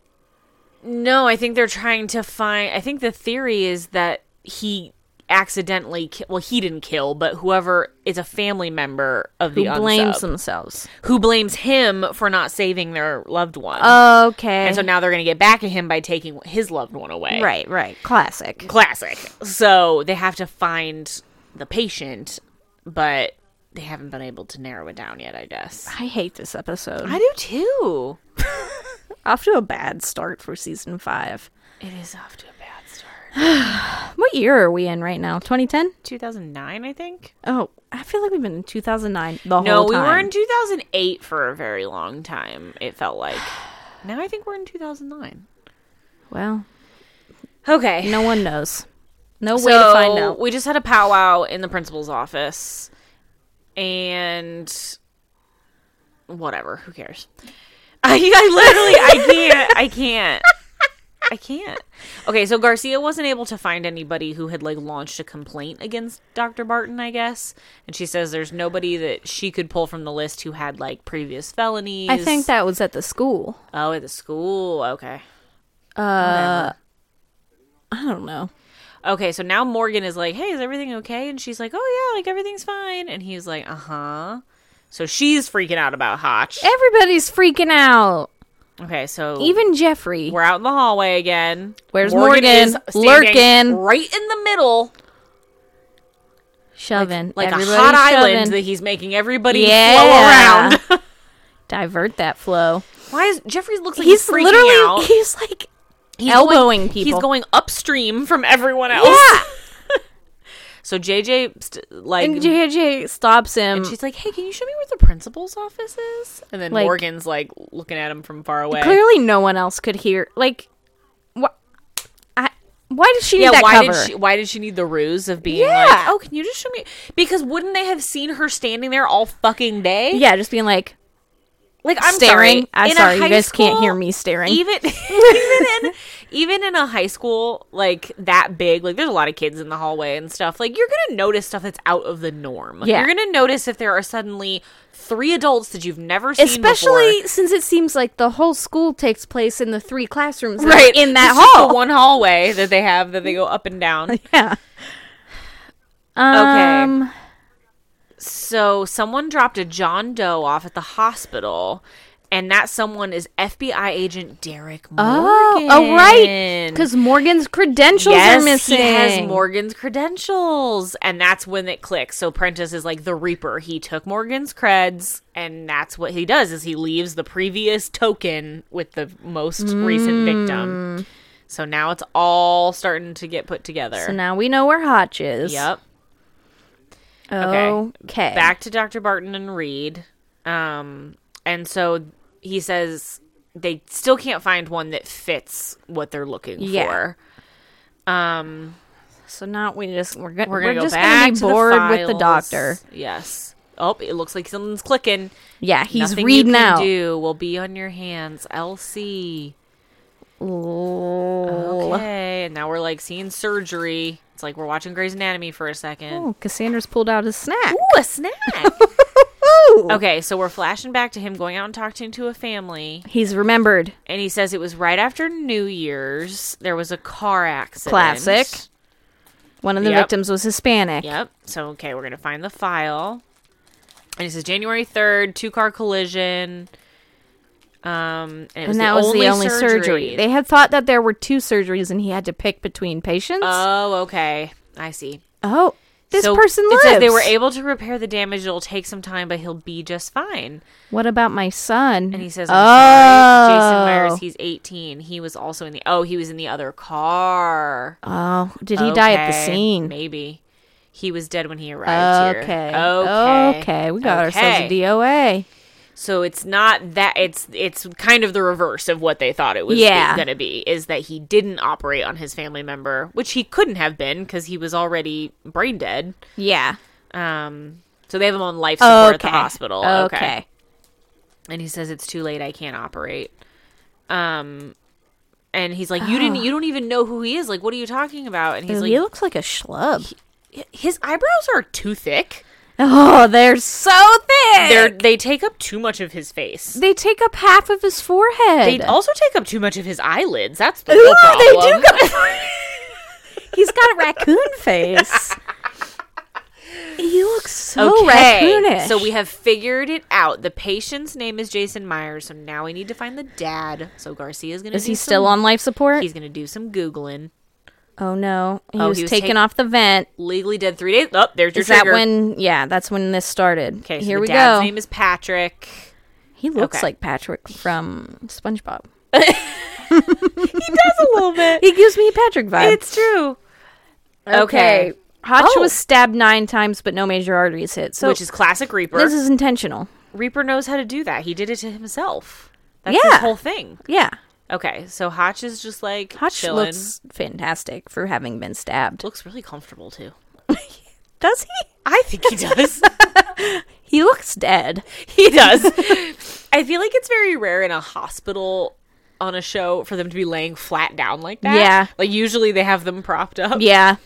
Speaker 2: No, I think they're trying to find. I think the theory is that he accidentally. Ki- well, he didn't kill, but whoever is a family member of the
Speaker 1: who blames
Speaker 2: unsub,
Speaker 1: themselves.
Speaker 2: who blames him for not saving their loved one,
Speaker 1: Oh, Okay.
Speaker 2: and so now they're going to get back at him by taking his loved one away.
Speaker 1: right, right. Classic.
Speaker 2: Classic. So they have to find the patient, but they haven't been able to narrow it down yet. I guess.
Speaker 1: I hate this episode.
Speaker 2: I do too.
Speaker 1: Off to a bad start for season five.
Speaker 2: It is off to a bad start.
Speaker 1: What year are we in right now? 2010?
Speaker 2: 2009, I think.
Speaker 1: Oh, I feel like we've been in 2009 the
Speaker 2: No,
Speaker 1: whole
Speaker 2: we
Speaker 1: time.
Speaker 2: were in 2008 for a very long time. It felt like. Now I think we're in 2009.
Speaker 1: Well,
Speaker 2: Okay.
Speaker 1: no one knows. No
Speaker 2: so
Speaker 1: way to find out.
Speaker 2: we just had a powwow in the principal's office, and whatever. Who cares? I, I literally, I can't, I can't, I can't. Okay, so Garcia wasn't able to find anybody who had like launched a complaint against Dr. Barton, I guess. And she says there's nobody that she could pull from the list who had like previous felonies.
Speaker 1: I think that was at the school.
Speaker 2: Oh, at the school. Okay.
Speaker 1: Uh, I don't know.
Speaker 2: Okay, so now Morgan is like, "Hey, is everything okay?" And she's like, "Oh yeah, like everything's fine." And he's like, "Uh huh." So she's freaking out about Hotch.
Speaker 1: Everybody's freaking out.
Speaker 2: Okay, so
Speaker 1: Even Jeffrey.
Speaker 2: we're out in the hallway again.
Speaker 1: Where's
Speaker 2: is
Speaker 1: Morgan?
Speaker 2: standing
Speaker 1: Lurking.
Speaker 2: right in the middle,
Speaker 1: Shoving.
Speaker 2: like
Speaker 1: Everybody's
Speaker 2: a hot island
Speaker 1: shoving.
Speaker 2: that he's making everybody
Speaker 1: Yeah.
Speaker 2: flow around.
Speaker 1: Divert that flow.
Speaker 2: Why is Jeffrey looks like he's,
Speaker 1: He's
Speaker 2: freaking
Speaker 1: literally,
Speaker 2: out?
Speaker 1: he's like
Speaker 2: He's
Speaker 1: elbowing
Speaker 2: going,
Speaker 1: people.
Speaker 2: He's going upstream from everyone else.
Speaker 1: Yeah.
Speaker 2: So JJ st- like
Speaker 1: And JJ stops him.
Speaker 2: And she's like, "Hey, can you show me where the principal's office is?" And then
Speaker 1: Like-
Speaker 2: Morgan's like looking at him from far away.
Speaker 1: Clearly, no one else could hear. Like, what? I Why does she need
Speaker 2: Yeah,
Speaker 1: that
Speaker 2: why
Speaker 1: cover?
Speaker 2: did she why did she need the ruse of being like,
Speaker 1: Yeah.
Speaker 2: "Oh, can you just show me?" Because wouldn't they have seen her standing there all fucking day?
Speaker 1: yeah, just being like
Speaker 2: Like I'm
Speaker 1: staring.
Speaker 2: Sorry,
Speaker 1: I'm
Speaker 2: in a
Speaker 1: sorry, you
Speaker 2: high
Speaker 1: guys can't hear
Speaker 2: school,
Speaker 1: me staring.
Speaker 2: Even even in even in a high school like that big, like there's a lot of kids in the hallway and stuff. Like you're gonna notice stuff that's out of the norm.
Speaker 1: Yeah.
Speaker 2: You're gonna notice if there are suddenly three adults that you've never seen
Speaker 3: Especially
Speaker 2: before.
Speaker 3: since it seems like the whole school takes place in the three classrooms that are
Speaker 2: Right
Speaker 3: in that
Speaker 2: It's just
Speaker 3: hall.
Speaker 2: the one hallway that they have that they go up and down.
Speaker 1: yeah.
Speaker 2: Okay.
Speaker 1: Um,
Speaker 2: So someone dropped a John Doe off at the hospital, and that someone is FBI agent Derek Morgan.
Speaker 3: Oh, oh, right. Because Morgan's credentials
Speaker 2: yes,
Speaker 3: are missing.
Speaker 2: he has Morgan's credentials, and that's when it clicks. So Prentice is like the Reaper. He took Morgan's creds, and that's what he does: is he leaves the previous token with the most
Speaker 3: Mm.
Speaker 2: recent victim. So now it's all starting to get put together.
Speaker 1: So now we know where Hotch is.
Speaker 2: yep.
Speaker 1: Okay.
Speaker 2: back to Dr. Barton and Reed. Um, and so he says they still can't find one that fits what they're looking
Speaker 1: Yeah.
Speaker 2: for. Um,
Speaker 1: So now we just we're gonna
Speaker 2: we're gonna go
Speaker 1: just
Speaker 2: back
Speaker 1: gonna be
Speaker 2: to the
Speaker 1: bored with the
Speaker 2: files.
Speaker 1: doctor.
Speaker 2: Yes. Oh, it looks like something's clicking.
Speaker 1: Yeah, he's
Speaker 2: Nothing
Speaker 1: reading
Speaker 2: you can
Speaker 1: out.
Speaker 2: Do will be on your hands, Elsie. Okay, and now we're like seeing surgery. It's like we're watching Grey's Anatomy for a second.
Speaker 1: Oh, Cassandra's pulled out his snack.
Speaker 2: Ooh, a snack.
Speaker 1: Ooh.
Speaker 2: okay, so we're flashing back to him going out and talking to a family.
Speaker 1: He's remembered.
Speaker 2: and he says it was right after New Year's. There was a car accident.
Speaker 1: Classic. One of the
Speaker 2: Yep.
Speaker 1: victims was Hispanic.
Speaker 2: Yep. So okay, we're gonna find the file. And he says January third, two car collision. Um, and, it was
Speaker 1: And
Speaker 2: the
Speaker 1: that was
Speaker 2: only
Speaker 1: the only
Speaker 2: surgery.
Speaker 1: surgery. They had thought that there were two surgeries and he had to pick between patients.
Speaker 2: oh, okay, I see.
Speaker 1: oh, this
Speaker 2: So
Speaker 1: person
Speaker 2: It
Speaker 1: lives.
Speaker 2: says they were able to repair the damage. It'll take some time, but he'll be just fine.
Speaker 1: what about my son?
Speaker 2: And he says,
Speaker 1: oh.
Speaker 2: I'm sorry, Jason Myers. He's 18. He was also in the. Oh, he was in the other car.
Speaker 1: oh, did he die at the
Speaker 2: Okay,
Speaker 1: scene?
Speaker 2: Maybe. He was dead when he arrived
Speaker 1: Okay.
Speaker 2: here. Okay.
Speaker 1: Okay. We got ourselves a
Speaker 2: Okay.
Speaker 1: DOA.
Speaker 2: So it's not that it's it's kind of the reverse of what they thought it was
Speaker 1: Yeah.
Speaker 2: going to be is that he didn't operate on his family member, which he couldn't have been cuz he was already brain dead.
Speaker 1: Yeah.
Speaker 2: Um so they have him on life support at the
Speaker 1: Okay.
Speaker 2: hospital.
Speaker 1: okay.
Speaker 2: And he says it's too late, I can't operate. Um and he's like, "You didn't. You don't even know who he is. Like, what are you talking about?" And he's
Speaker 1: Ooh,
Speaker 2: like,
Speaker 1: he looks like a schlub.
Speaker 2: "His eyebrows are too thick.
Speaker 1: oh, they're so thick.
Speaker 2: They're, they take up too much of his face.
Speaker 1: they take up half of his forehead.
Speaker 2: They also take up too much of his eyelids. That's the
Speaker 1: Ooh,
Speaker 2: real
Speaker 1: they do
Speaker 2: problem.
Speaker 1: He's got a raccoon face. He looks so raccoonish.
Speaker 2: So we have figured it out. The patient's name is Jason Myers. So now we need to find the dad. So Garcia's going to.
Speaker 1: is he still on life support?
Speaker 2: He's going to do some googling.
Speaker 1: oh no, he
Speaker 2: Oh,
Speaker 1: was
Speaker 2: he was
Speaker 1: taken
Speaker 2: take-
Speaker 1: off the vent.
Speaker 2: Legally dead three days. Oh, there's your
Speaker 1: Is that
Speaker 2: trigger.
Speaker 1: when? Yeah, that's when this started.
Speaker 2: Okay, so
Speaker 1: here
Speaker 2: the
Speaker 1: we
Speaker 2: dad's
Speaker 1: go.
Speaker 2: name is Patrick.
Speaker 1: he looks
Speaker 2: okay.
Speaker 1: like Patrick from SpongeBob.
Speaker 2: That's a little bit.
Speaker 1: He gives me a Patrick vibe.
Speaker 2: it's true.
Speaker 1: okay.
Speaker 2: Okay.
Speaker 1: Hotch
Speaker 2: Oh.
Speaker 1: was stabbed nine times, but no major arteries hit. So
Speaker 2: Which is classic Reaper.
Speaker 1: this is intentional.
Speaker 2: Reaper knows how to do that. He did it to himself. That's
Speaker 1: Yeah.
Speaker 2: his whole thing.
Speaker 1: Yeah,
Speaker 2: Okay, so Hotch is just like
Speaker 1: Hotch
Speaker 2: chilling.
Speaker 1: looks fantastic for having been stabbed.
Speaker 2: looks really comfortable too.
Speaker 1: Does he?
Speaker 2: I think he does.
Speaker 1: He looks dead.
Speaker 2: he does. I feel like it's very rare in a hospital on a show for them to be laying flat down like that.
Speaker 1: Yeah.
Speaker 2: Like usually they have them propped up.
Speaker 1: Yeah.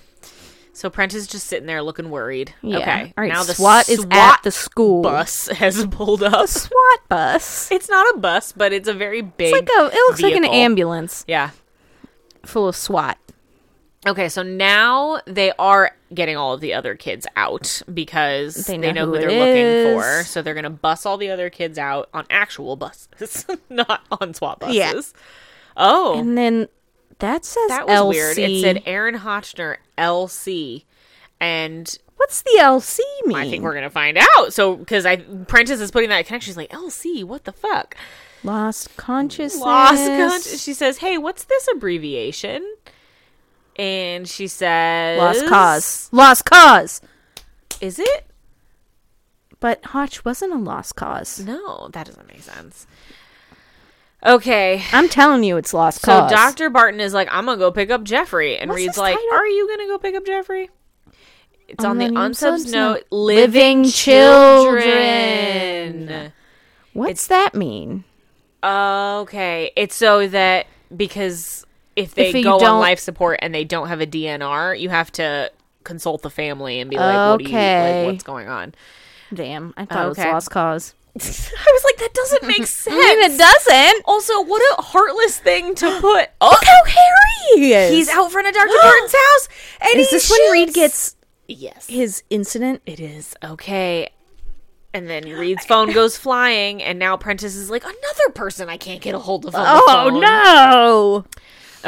Speaker 2: So Prentice is just sitting there looking worried.
Speaker 1: Yeah.
Speaker 2: Okay.
Speaker 1: All right. SWAT, is at the school.
Speaker 2: bus has pulled up.
Speaker 1: SWAT bus.
Speaker 2: It's not a bus, but it's a very big.
Speaker 1: It's like a. It looks like an
Speaker 2: vehicle.
Speaker 1: ambulance
Speaker 2: Yeah.
Speaker 1: full of SWAT.
Speaker 2: Okay, so now they are getting all of the other kids out because
Speaker 1: They
Speaker 2: they know,
Speaker 1: know
Speaker 2: who,
Speaker 1: who
Speaker 2: they're
Speaker 1: it
Speaker 2: looking for.
Speaker 1: is.
Speaker 2: So they're going to bus all the other kids out on actual buses, not on swap buses.
Speaker 1: Yeah.
Speaker 2: Oh,
Speaker 1: And then that says
Speaker 2: that was
Speaker 1: LC.
Speaker 2: weird. It said Aaron Hotchner, LC. And
Speaker 1: "What's the LC mean?"
Speaker 2: I think we're going to find out. So, because I Prentice is putting that connection, she's like, LC, what the fuck?
Speaker 1: lost consciousness.
Speaker 2: Lost con- She says, hey, what's this abbreviation? And she says,
Speaker 1: Lost cause. Lost cause.
Speaker 2: Is it?
Speaker 1: But Hotch wasn't a lost cause.
Speaker 2: No, that doesn't make sense. Okay.
Speaker 1: I'm telling you, it's lost
Speaker 2: So
Speaker 1: cause.
Speaker 2: Dr. Barton is like, I'm going to go pick up Jeffrey. And
Speaker 1: What's
Speaker 2: Reed's
Speaker 1: his
Speaker 2: like,
Speaker 1: title?
Speaker 2: Are you going to go pick up Jeffrey? It's on, the
Speaker 1: the new
Speaker 2: unsubs
Speaker 1: subs
Speaker 2: note
Speaker 1: Living
Speaker 2: Living
Speaker 1: Children.
Speaker 2: Children.
Speaker 1: What's that mean?
Speaker 2: Okay. It's so that because if they
Speaker 1: If you
Speaker 2: go on
Speaker 1: don't-
Speaker 2: life support and they don't have a DNR, you have to consult the family and be like, what do you,
Speaker 1: Okay.
Speaker 2: like what's going on?
Speaker 1: Damn, I thought it
Speaker 2: Okay.
Speaker 1: was lost cause.
Speaker 2: I was like, that doesn't make sense.
Speaker 1: doesn't.
Speaker 2: also, what a heartless thing to put. Oh,
Speaker 1: Look how hairy he is.
Speaker 2: he's out front of Dr. Barton's house. And
Speaker 1: Is
Speaker 2: he
Speaker 1: this when Reed
Speaker 2: shoots-
Speaker 1: gets
Speaker 2: Yes.
Speaker 1: his incident?
Speaker 2: It is. Okay. And then Reed's phone goes flying, and now Prentice is like, another person I can't get a hold of. On the phone.
Speaker 1: Oh, no!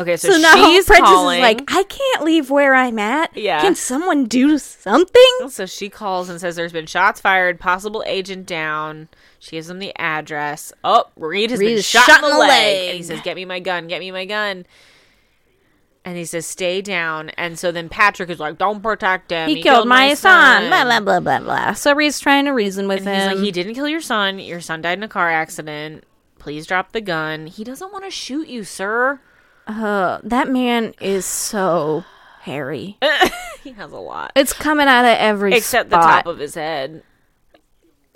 Speaker 2: Okay, so,
Speaker 1: So now
Speaker 2: she's
Speaker 1: Prentice
Speaker 2: calling.
Speaker 1: is like, I can't leave where I'm at.
Speaker 2: Yeah.
Speaker 1: Can someone do something?
Speaker 2: So she calls and says there's been shots fired, possible agent down. She gives him the address. Oh, Reed has
Speaker 1: Reed
Speaker 2: been
Speaker 1: is
Speaker 2: shot, in the leg. And he says, Get me my gun, get me my gun. And he says, Stay down. And so then Patrick is like, Don't protect him.
Speaker 1: He, killed, my son. Blah, blah, blah, blah, blah. So Reed's trying to reason with
Speaker 2: He's
Speaker 1: him.
Speaker 2: like, He didn't kill your son. Your son died in a car accident. Please drop the gun. He doesn't want to shoot you, sir.
Speaker 1: Uh, that man is so hairy.
Speaker 2: He has a lot.
Speaker 1: It's coming out of every
Speaker 2: Except the
Speaker 1: spot.
Speaker 2: top of his head.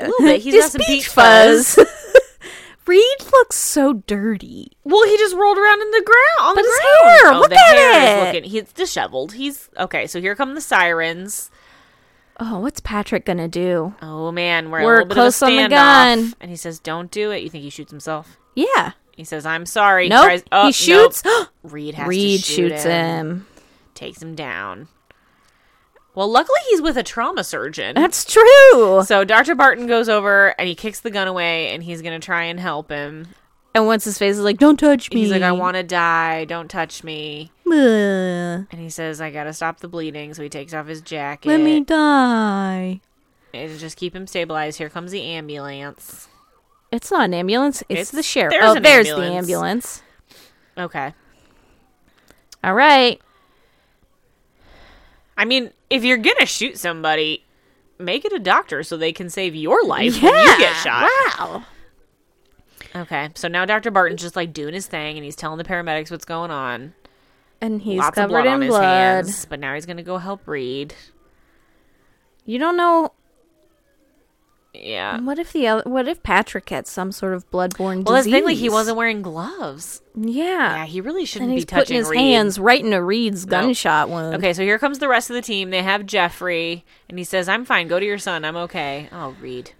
Speaker 2: A little bit. He's got
Speaker 1: Just
Speaker 2: some peach fuzz.
Speaker 1: Reed looks so dirty.
Speaker 2: Well, he just rolled around in the ground on
Speaker 1: But
Speaker 2: the
Speaker 1: his
Speaker 2: ground.
Speaker 1: hair,
Speaker 2: oh,
Speaker 1: look
Speaker 2: the
Speaker 1: at
Speaker 2: hair is
Speaker 1: it.
Speaker 2: looking. He's disheveled. He's okay. So here come the sirens.
Speaker 1: Oh, what's Patrick gonna do?
Speaker 2: Oh man, we're, a
Speaker 1: We're
Speaker 2: little bit
Speaker 1: close
Speaker 2: of
Speaker 1: on
Speaker 2: a
Speaker 1: the
Speaker 2: standoff.
Speaker 1: gun.
Speaker 2: And he says, "Don't do it." You think he shoots himself?
Speaker 1: Yeah.
Speaker 2: He says, "I'm sorry."
Speaker 1: Nope.
Speaker 2: tries- oh,
Speaker 1: he shoots.
Speaker 2: nope. Reed has
Speaker 1: Reed
Speaker 2: to shoot
Speaker 1: shoots
Speaker 2: him.
Speaker 1: him.
Speaker 2: Takes him down. Well, luckily he's with a trauma surgeon.
Speaker 1: That's true.
Speaker 2: so Dr. Barton goes over and he kicks the gun away and he's going to try and help him.
Speaker 1: And once his face is like, don't touch me.
Speaker 2: He's like, I want to die. Don't touch me.
Speaker 1: Ugh,
Speaker 2: And he says, I got to stop the bleeding. So he takes off his jacket.
Speaker 1: Let me die.
Speaker 2: And just keep him stabilized. Here comes the ambulance.
Speaker 1: It's not an ambulance. It's,
Speaker 2: It's-
Speaker 1: the sheriff.
Speaker 2: there's
Speaker 1: oh,
Speaker 2: an
Speaker 1: there's the
Speaker 2: ambulance.
Speaker 1: ambulance.
Speaker 2: Okay.
Speaker 1: All right.
Speaker 2: I mean, if you're going to shoot somebody, make it a doctor so they can save your life
Speaker 1: Yeah.
Speaker 2: when you get shot.
Speaker 1: Wow.
Speaker 2: Okay. So now Dr. Barton's just like doing his thing and he's telling the paramedics what's going on.
Speaker 1: And he's
Speaker 2: Lots of
Speaker 1: covered
Speaker 2: blood on
Speaker 1: in
Speaker 2: his
Speaker 1: blood.
Speaker 2: hands. But now he's going to go help Reed.
Speaker 1: You don't know.
Speaker 2: Yeah.
Speaker 1: What if the other, what if Patrick had some sort of bloodborne
Speaker 2: Uh, Well, that's
Speaker 1: disease?
Speaker 2: the thing. Like, he wasn't wearing gloves. Yeah,
Speaker 1: Yeah.
Speaker 2: he really shouldn't
Speaker 1: and
Speaker 2: be
Speaker 1: he's
Speaker 2: touching
Speaker 1: putting his
Speaker 2: Reed.
Speaker 1: hands right into Reed's gunshot wound.
Speaker 2: Okay, so here comes the rest of the team. They have Jeffrey, and he says, "I'm fine. Go to your son. I'm okay." Oh, Reed.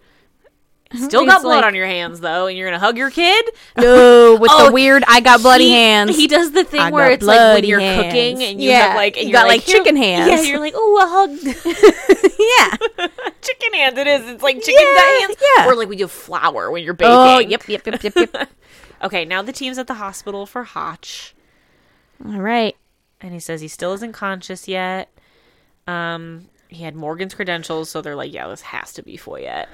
Speaker 2: Still got
Speaker 1: Reed's
Speaker 2: blood
Speaker 1: like-
Speaker 2: on your hands though, and you're gonna hug your kid.
Speaker 1: No, with
Speaker 2: Oh,
Speaker 1: the weird, I got bloody
Speaker 2: he,
Speaker 1: hands.
Speaker 2: He does the thing
Speaker 1: I
Speaker 2: where
Speaker 1: got
Speaker 2: it's like when
Speaker 1: bloody
Speaker 2: you're
Speaker 1: hands.
Speaker 2: cooking and you
Speaker 1: Yeah,
Speaker 2: have like and
Speaker 1: you
Speaker 2: you're
Speaker 1: got, like,
Speaker 2: "Here-"
Speaker 1: chicken
Speaker 2: Yeah,
Speaker 1: hands.
Speaker 2: you're like, oh, a hug.
Speaker 1: yeah.
Speaker 2: chicken hands. It is. It's like chicken
Speaker 1: Yeah,
Speaker 2: hands.
Speaker 1: yeah.
Speaker 2: Or like when you have flour when you're baking.
Speaker 1: Oh, yep, yep, yep, yep, yep.
Speaker 2: Okay, now the team's at the hospital for Hotch.
Speaker 1: All right.
Speaker 2: and he says he still isn't conscious yet. Um, he had Morgan's credentials, so they're like, yeah, this has to be Foyette.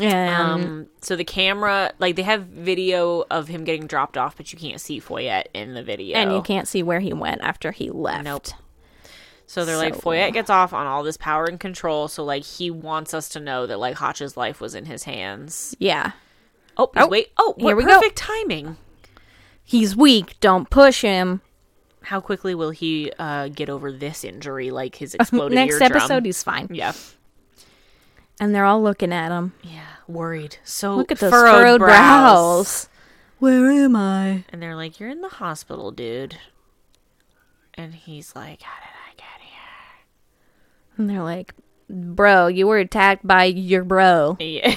Speaker 1: And
Speaker 2: Um, so the camera, like, they have video of him getting dropped off, but you can't see Foyette in the video.
Speaker 1: and you can't see where he went after he left.
Speaker 2: Nope. So they're like,
Speaker 1: So-
Speaker 2: Foyette gets off on all this power and control, so like he wants us to know that like Hotch's life was in his hands.
Speaker 1: Yeah.
Speaker 2: Oh,
Speaker 1: Oh,
Speaker 2: wait, oh, what
Speaker 1: here we go.
Speaker 2: perfect timing.
Speaker 1: He's weak. Don't push him.
Speaker 2: How quickly will he uh, get over this injury, like his exploded
Speaker 1: Um, Next
Speaker 2: eardrum?
Speaker 1: episode, he's fine.
Speaker 2: yeah.
Speaker 1: And they're all looking at him.
Speaker 2: Yeah, worried. So
Speaker 1: Look at those furrowed, brows. Where am I?
Speaker 2: And they're like, "You're in the hospital, dude." And he's like, "How did I get here?"
Speaker 1: And they're like, bro, you were attacked by your bro.
Speaker 2: Yeah.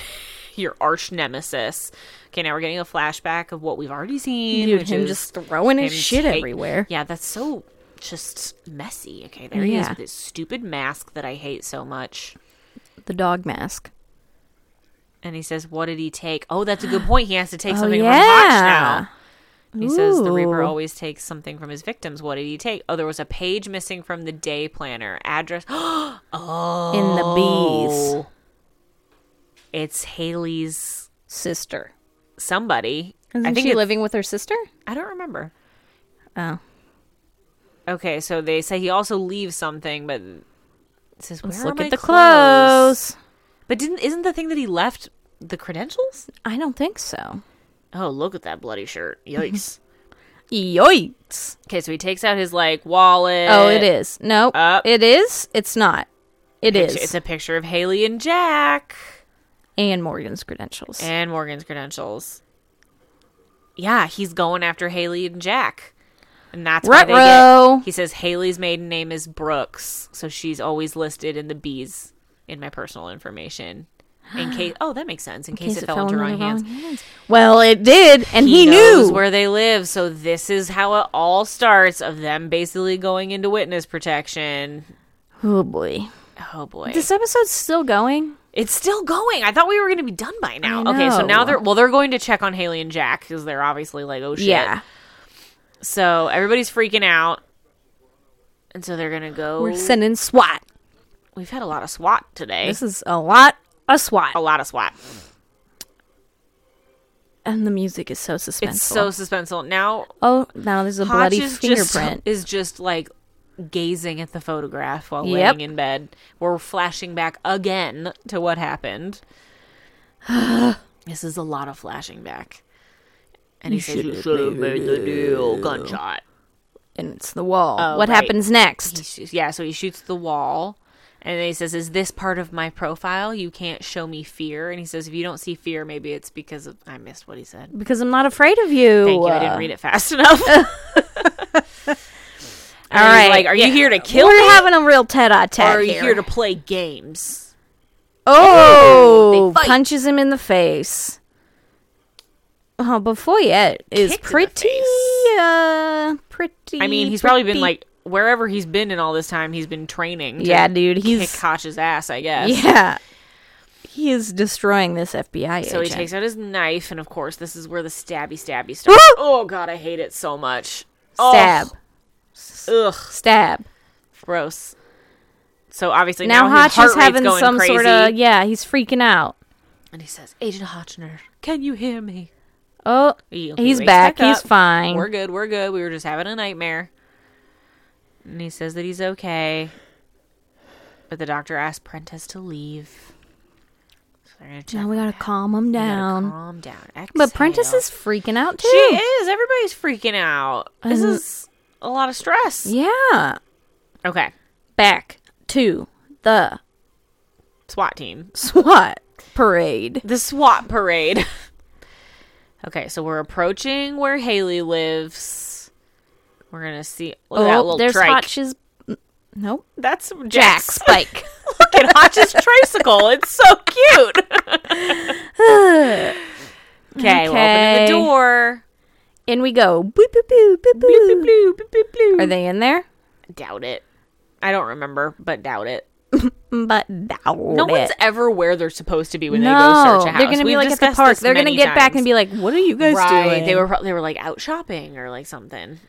Speaker 2: Your arch nemesis. Okay, now we're getting a flashback of what we've already seen.
Speaker 1: Dude,
Speaker 2: which
Speaker 1: him
Speaker 2: is
Speaker 1: just throwing his
Speaker 2: him
Speaker 1: shit
Speaker 2: take-
Speaker 1: everywhere.
Speaker 2: Yeah, that's so just messy. Okay, there he is
Speaker 1: Yeah.
Speaker 2: with his stupid mask that I hate so much.
Speaker 1: The dog mask.
Speaker 2: And he says, "What did he take?" Oh, that's a good point. He has to take something from Hotch
Speaker 1: Oh, yeah.
Speaker 2: now. He says the Reaper
Speaker 1: Ooh.
Speaker 2: always takes something from his victims. What did he take? Oh, there was a page missing from the day planner address.
Speaker 1: In the bees.
Speaker 2: Oh. It's Haley's
Speaker 1: Sister.
Speaker 2: somebody.
Speaker 1: Isn't
Speaker 2: I think
Speaker 1: she
Speaker 2: it-
Speaker 1: living with her sister?
Speaker 2: I don't remember.
Speaker 1: Oh.
Speaker 2: Okay, so they say he also leaves something, but it says where
Speaker 1: Let's
Speaker 2: are
Speaker 1: look
Speaker 2: my
Speaker 1: at the clothes.
Speaker 2: But didn't isn't the thing that he left the credentials?
Speaker 1: I don't think so.
Speaker 2: oh, look at that bloody shirt. Yikes.
Speaker 1: Yoinks.
Speaker 2: okay, so he takes out his like wallet.
Speaker 1: Oh, it is. No,
Speaker 2: Up.
Speaker 1: it is. It's not. It is.
Speaker 2: It's a picture of Haley and Jack
Speaker 1: and Morgan's credentials.
Speaker 2: and Morgan's credentials. Yeah, he's going after Haley and Jack. And that's why they
Speaker 1: Ruh-roh.
Speaker 2: get. He says Haley's maiden name is Brooks, so she's always listed in the B's in my personal information. In case, oh, that makes sense. In, case, it, fell, into
Speaker 1: the
Speaker 2: wrong hands.
Speaker 1: Well, it did, and he,
Speaker 2: knows
Speaker 1: knew.
Speaker 2: where they live. So this is how it all starts of them basically going into witness protection.
Speaker 1: oh boy,
Speaker 2: Oh boy.
Speaker 1: this episode's still going.
Speaker 2: it's still going. I thought we were going to be done by now. Okay, so now
Speaker 1: know.
Speaker 2: they're well they're going to check on Haley and Jack cuz they're obviously like oh shit.
Speaker 1: Yeah,
Speaker 2: So everybody's freaking out. And so they're going to go
Speaker 1: we're sending SWAT.
Speaker 2: We've had a lot of SWAT today.
Speaker 1: This is a lot of SWAT,
Speaker 2: a lot of SWAT.
Speaker 1: and the music is so suspenseful.
Speaker 2: It's so suspenseful. Now
Speaker 1: oh, now there's a bloody
Speaker 2: Hotch is
Speaker 1: fingerprint.
Speaker 2: Just, is just like gazing at the photograph while
Speaker 1: Yep.
Speaker 2: laying in bed. We're flashing back again to what happened. this is a lot of flashing back. And he says, "You should have made the deal." Gunshot.
Speaker 1: and it's the wall. what
Speaker 2: Oh, right.
Speaker 1: happens next?
Speaker 2: He shoots, yeah, so he shoots the wall, and then he says, "Is this part of my profile? You can't show me fear." And he says, "If you don't see fear, maybe it's because of, I missed what he said."
Speaker 1: Because I'm not afraid of you.
Speaker 2: Thank you. I
Speaker 1: Uh,
Speaker 2: didn't read it fast enough.
Speaker 1: All right,
Speaker 2: like, are you here to kill
Speaker 1: We're
Speaker 2: me?
Speaker 1: having a real tete-a-tete
Speaker 2: Or are you
Speaker 1: here.
Speaker 2: here to play games?
Speaker 1: Oh,
Speaker 2: They fight.
Speaker 1: punches him in the face. Oh, but Foyette is
Speaker 2: Kicked in the
Speaker 1: pretty,
Speaker 2: face.
Speaker 1: uh, pretty.
Speaker 2: I mean, he's probably been
Speaker 1: pretty-
Speaker 2: like wherever he's been in all this time, he's been training. To
Speaker 1: yeah, dude,
Speaker 2: kick
Speaker 1: he's,
Speaker 2: Koch's ass, I guess.
Speaker 1: yeah, he is destroying this FBI
Speaker 2: So he
Speaker 1: agent.
Speaker 2: takes out his knife, and of course, this is where the stabby stabby starts. oh God, I hate it so much. Oh,
Speaker 1: stab,
Speaker 2: Ugh,
Speaker 1: stab.
Speaker 2: gross. So obviously now,
Speaker 1: Now,
Speaker 2: his
Speaker 1: Hotch
Speaker 2: heart
Speaker 1: is
Speaker 2: rate's
Speaker 1: having
Speaker 2: going
Speaker 1: some
Speaker 2: crazy.
Speaker 1: sort of yeah, he's freaking out.
Speaker 2: and he says, "Agent Hotchner, can you hear me?"
Speaker 1: Oh,
Speaker 2: He- he
Speaker 1: he's
Speaker 2: wakes
Speaker 1: back.
Speaker 2: back
Speaker 1: He's
Speaker 2: up.
Speaker 1: fine.
Speaker 2: We're good. We're good. We were just having a nightmare. And he says that he's okay. But the doctor asked Prentice to leave. So they're gonna check.
Speaker 1: now we gotta calm him
Speaker 2: We gotta
Speaker 1: down.
Speaker 2: Calm down.
Speaker 1: But Prentice
Speaker 2: Exhale.
Speaker 1: is freaking out too. Uh,
Speaker 2: She is. Everybody's freaking out. This is a lot of stress.
Speaker 1: Yeah,
Speaker 2: Okay.
Speaker 1: back to the
Speaker 2: SWAT team.
Speaker 1: SWAT parade.
Speaker 2: The SWAT parade. okay, so we're approaching where Haley lives. We're gonna see. Look at that little
Speaker 1: Oh, there's
Speaker 2: trike.
Speaker 1: Hotch's. n- Nope.
Speaker 2: That's
Speaker 1: Jack
Speaker 2: Jack's.
Speaker 1: Spike.
Speaker 2: Look at Hotch's tricycle. It's so cute. okay, we're opening
Speaker 1: Okay.
Speaker 2: the door.
Speaker 1: In we go. Boop, boop, boop, boop, boop.
Speaker 2: Bloop, bloop, bloop, bloop, bloop.
Speaker 1: Are they in there?
Speaker 2: doubt it. I don't remember, but doubt it.
Speaker 1: But
Speaker 2: No one's ever where they're supposed to be when
Speaker 1: no,
Speaker 2: they go search a house.
Speaker 1: they're gonna be
Speaker 2: We've
Speaker 1: like at the
Speaker 2: discussed
Speaker 1: park.
Speaker 2: this
Speaker 1: They're gonna
Speaker 2: many
Speaker 1: get back
Speaker 2: times.
Speaker 1: and be like, "What are you guys
Speaker 2: right.
Speaker 1: doing?"
Speaker 2: They were pro- they were like out shopping or like something.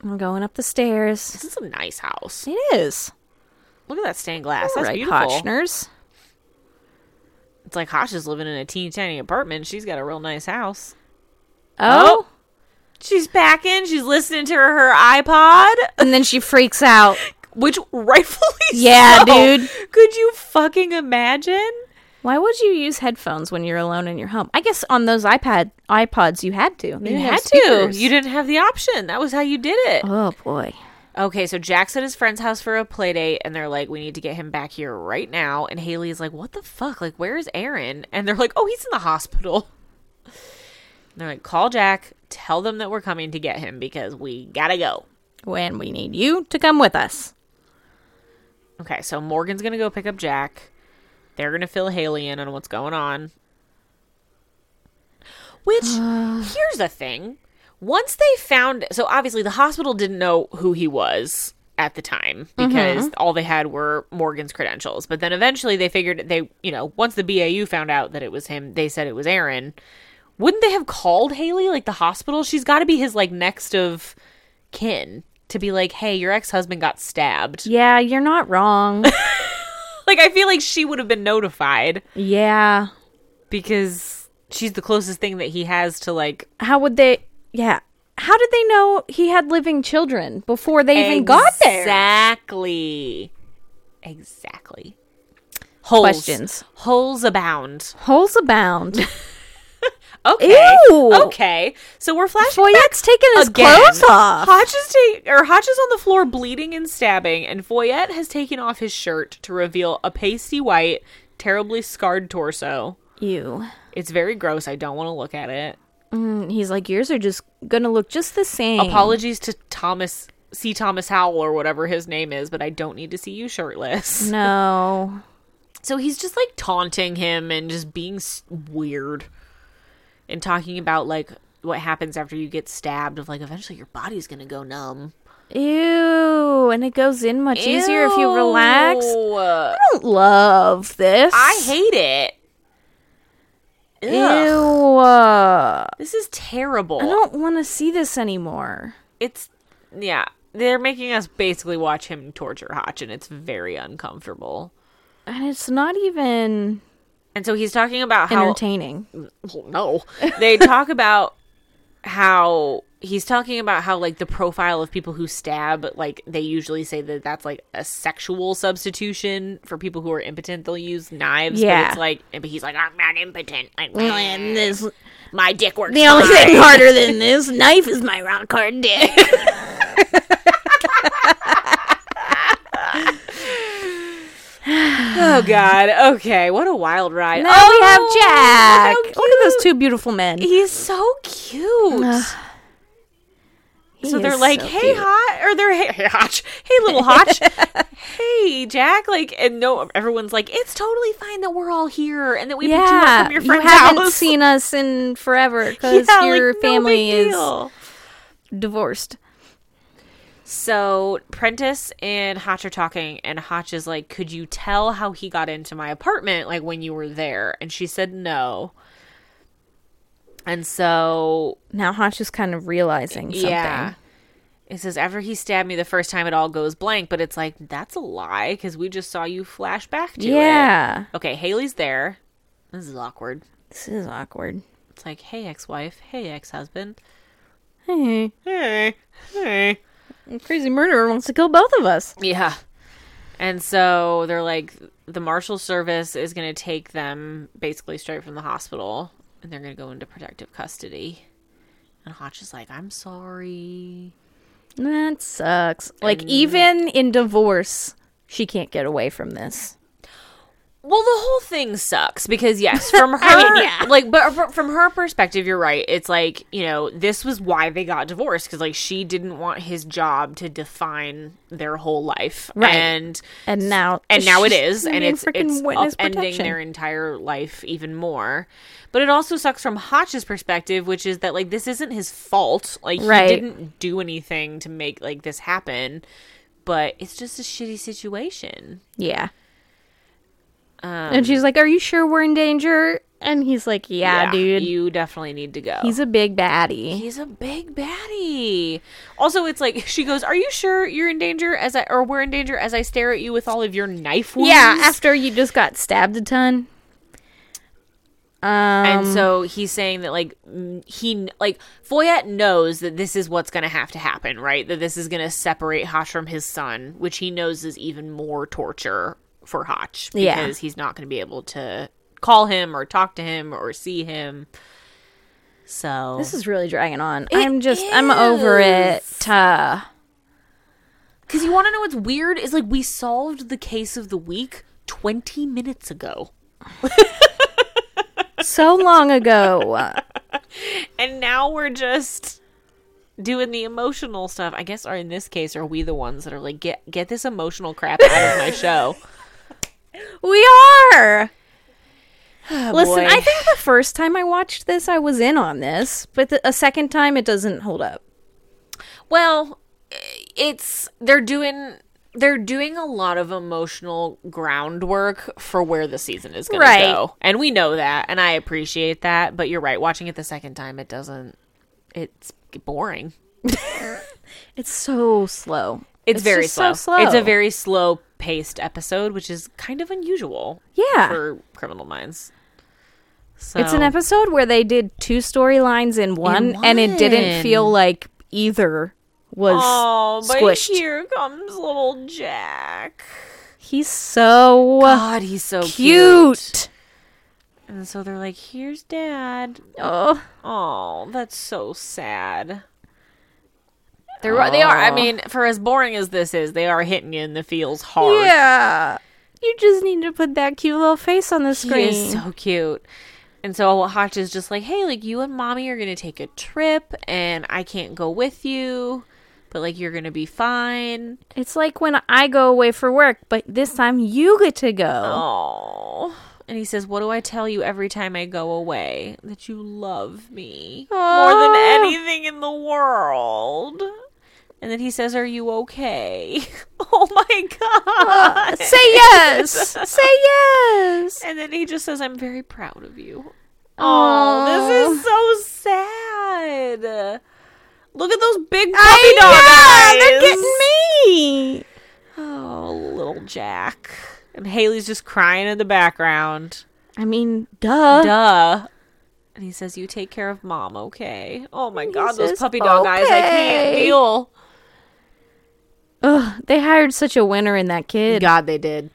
Speaker 1: I'm going up the stairs.
Speaker 2: This is a nice house.
Speaker 1: It is.
Speaker 2: Look at that stained glass.
Speaker 1: All
Speaker 2: That's
Speaker 1: right,
Speaker 2: beautiful.
Speaker 1: Kochner's.
Speaker 2: It's like Hosh is living in a teeny tiny apartment. She's got a real nice house.
Speaker 1: Oh,
Speaker 2: She's packing. She's listening to her, her iPod,
Speaker 1: and then she freaks out.
Speaker 2: which rightfully so.
Speaker 1: Yeah, dude.
Speaker 2: Could you fucking imagine?
Speaker 1: Why would you use headphones when you're alone in your home? I guess on those iPad iPods you had to. They
Speaker 2: You
Speaker 1: didn't have
Speaker 2: had to.
Speaker 1: speakers.
Speaker 2: You didn't have the option. That was how you did it.
Speaker 1: Oh boy.
Speaker 2: Okay, so Jack's at his friend's house for a play date, and they're like, we need to get him back here right now. And Haley's like, what the fuck? Like, where is Aaron? And they're like, oh, he's in the hospital. And they're like, call Jack, tell them that we're coming to get him because we gotta go.
Speaker 1: When we need you to come with us.
Speaker 2: Okay, so Morgan's gonna go pick up Jack. They're gonna fill Haley in on what's going on. Which here's the thing. Once they found so obviously the hospital didn't know who he was at the time because all they had were Morgan's credentials. But then eventually they figured they you know, once the BAU found out that it was him, they said it was Aaron. Wouldn't they have called Haley like the hospital? She's gotta be his like next of kin to be like, Hey, your ex husband got stabbed.
Speaker 1: Yeah, you're not wrong.
Speaker 2: Like I feel like she would have been notified
Speaker 1: yeah.
Speaker 2: because she's the closest thing that he has to like
Speaker 1: How would they? Yeah. How did they know he had living children before they even got there?
Speaker 2: Exactly. Exactly. Holes.
Speaker 1: Questions.
Speaker 2: Holes abound.
Speaker 1: Holes abound.
Speaker 2: Okay.
Speaker 1: Ew.
Speaker 2: Okay. So we're flashing back
Speaker 1: Foyette's taking his
Speaker 2: again.
Speaker 1: clothes off.
Speaker 2: Hodge is ta- or Hodge is on the floor bleeding and stabbing, and Foyette has taken off his shirt to reveal a pasty white, terribly scarred torso.
Speaker 1: You.
Speaker 2: It's very gross. I don't want to look at it.
Speaker 1: He's like, yours are just gonna look just the same.
Speaker 2: Apologies to Thomas C. Thomas Howell or whatever his name is, but I don't need to see you shirtless.
Speaker 1: Mm. No.
Speaker 2: So he's just like taunting him and just being s- weird and talking about like what happens after you get stabbed of like eventually your body's going to go numb.
Speaker 1: Ew. And it goes in much easier if you relax. I
Speaker 2: Ew.
Speaker 1: don't love this.
Speaker 2: I hate it. Ugh.
Speaker 1: Ew. Uh,
Speaker 2: This is terrible.
Speaker 1: I don't want to see this anymore.
Speaker 2: it's yeah. They're making us basically watch him torture Hotch and it's very uncomfortable.
Speaker 1: And it's not even
Speaker 2: And so he's talking about how
Speaker 1: entertaining.
Speaker 2: Well, no. They talk about how he's talking about how like the profile of people who stab like they usually say that that's like a sexual substitution for people who are impotent they'll use knives
Speaker 1: Yeah.
Speaker 2: but it's like but he's like i'm not impotent i'm this my dick works
Speaker 3: Mm. The only
Speaker 2: fine."
Speaker 3: thing harder than this knife is my rock hard dick.
Speaker 2: oh god okay what a wild ride
Speaker 1: Now
Speaker 2: oh
Speaker 1: we have Jack.
Speaker 2: look
Speaker 1: Look,
Speaker 2: how
Speaker 1: at those two beautiful men.
Speaker 2: he's so cute
Speaker 1: He
Speaker 2: So they're
Speaker 1: is
Speaker 2: like,
Speaker 1: so
Speaker 2: "Hey,
Speaker 1: cute.
Speaker 2: hot," or they're, "Hey, hey, hotch, hey, little hotch, hey, Jack." Like, and no, everyone's like, "It's totally fine that we're all here and that we picked you up
Speaker 1: yeah,
Speaker 2: from your
Speaker 1: you
Speaker 2: friend's
Speaker 1: haven't
Speaker 2: house."
Speaker 1: seen us in forever because
Speaker 2: Yeah,
Speaker 1: your
Speaker 2: like, no
Speaker 1: family
Speaker 2: big
Speaker 1: is
Speaker 2: deal.
Speaker 1: divorced.
Speaker 2: So Prentice and Hotch are talking, and Hotch is like, "Could you tell how he got into my apartment, like when you were there?" And she said, "No." And so
Speaker 1: Now Hotch is kind of realizing something.
Speaker 2: It says after he stabbed me the first time, it all goes blank. But it's like that's a lie because we just saw you flash back to it.
Speaker 1: Yeah.
Speaker 2: Okay, Haley's there. This is awkward.
Speaker 1: This is awkward.
Speaker 2: It's like, hey, ex-wife, hey, ex-husband,
Speaker 1: Hey,
Speaker 2: hey, hey.
Speaker 1: a crazy murderer wants to kill both of us.
Speaker 2: Yeah. And so they're like, the marshal service is going to take them basically straight from the hospital and they're going to go into protective custody. And Hotch is like, I'm sorry.
Speaker 1: That sucks. Like even in divorce, she can't get away from this.
Speaker 2: Well, the whole thing sucks because yes, from her, like, but fr- from her perspective, you're right. It's like you know, this was why they got divorced because like she didn't want his job to define their whole life,
Speaker 1: Right.
Speaker 2: And
Speaker 1: And now,
Speaker 2: and now it
Speaker 1: she's
Speaker 2: is, and
Speaker 1: in
Speaker 2: it's
Speaker 1: frickin'
Speaker 2: it's
Speaker 1: witness
Speaker 2: upending
Speaker 1: protection.
Speaker 2: their entire life even more. But it also sucks from Hotch's perspective, which is that like this isn't his fault. Like
Speaker 1: Right.
Speaker 2: he didn't do anything to make like this happen. But it's just a shitty situation.
Speaker 1: Yeah.
Speaker 2: Um,
Speaker 1: and she's like, "Are you sure we're in danger?" And he's like, "Yeah, dude.
Speaker 2: You definitely need to go.
Speaker 1: he's a big baddie."
Speaker 2: He's a big baddie. Also, it's like she goes, "Are you sure you're in danger as I or we're in danger as I stare at you with all of your knife wounds?"
Speaker 1: Yeah, after you just got stabbed a ton. Um,
Speaker 2: and so he's saying that like mm, he kn- like Foyette knows that this is what's going to have to happen, right? That this is going to separate Hotch from his son, which he knows is even more torture for Hotch because
Speaker 1: Yeah.
Speaker 2: he's not going to be able to call him or talk to him or see him. So
Speaker 1: this is really dragging on. I'm just, I'm over it. Uh,
Speaker 2: Because you want to know what's weird is like we solved the case of the week 20 minutes ago.
Speaker 1: so long ago.
Speaker 2: And now we're just doing the emotional stuff. I guess or in this case are we the ones that are like get get this emotional crap out of my show.
Speaker 1: We are. Listen,
Speaker 2: Ah, boy.
Speaker 1: I think the first time I watched this, I was in on this, but the, a second time, it doesn't hold up.
Speaker 2: Well, it's they're doing they're doing a lot of emotional groundwork for where the season is going
Speaker 1: Right.
Speaker 2: to go. And we know that and I appreciate that, but you're right, watching it the second time it doesn't it's boring.
Speaker 1: It's so slow.
Speaker 2: It's, very
Speaker 1: just
Speaker 2: slow.
Speaker 1: so slow.
Speaker 2: It's a very slow paced episode, which is kind of unusual
Speaker 1: yeah.
Speaker 2: for Criminal Minds. So
Speaker 1: It's an episode where they did two storylines in one, and it didn't feel like either was
Speaker 2: Oh, but
Speaker 1: squished.
Speaker 2: here comes little Jack.
Speaker 1: He's so
Speaker 2: God, he's so
Speaker 1: cute.
Speaker 2: And so they're like, "Here's Dad."
Speaker 1: Oh,
Speaker 2: Oh, that's so sad. They're they are. I mean, for as boring as this is, they are hitting you in the feels hard.
Speaker 1: yeah. You just need to put that cute little face on the
Speaker 2: He
Speaker 1: screen.
Speaker 2: is so cute. And so Hotch is just like, hey, like you and mommy are gonna take a trip, and I can't go with you, but like you're gonna be fine.
Speaker 1: it's like when I go away for work, but this time you get to go.
Speaker 2: Oh. And he says, what do I tell you every time I go away? That you love me more than
Speaker 1: Aw.
Speaker 2: anything in the world. And then he says, are you okay? oh my god.
Speaker 1: Say yes. Say yes.
Speaker 2: And then he just says, I'm very proud of you. Oh, this is so sad. Look at those big puppy dog
Speaker 1: I- yeah, they're
Speaker 2: eyes.
Speaker 1: getting me.
Speaker 2: Oh, little Jack. And Haley's just crying in the background.
Speaker 1: I mean, duh.
Speaker 2: Duh. And he says, You take care of mom, okay? Oh my god, those
Speaker 1: says,
Speaker 2: puppy dog eyes. I can't
Speaker 1: "Okay."
Speaker 2: deal.
Speaker 1: Ugh, they hired such a winner in that kid.
Speaker 2: God, they did.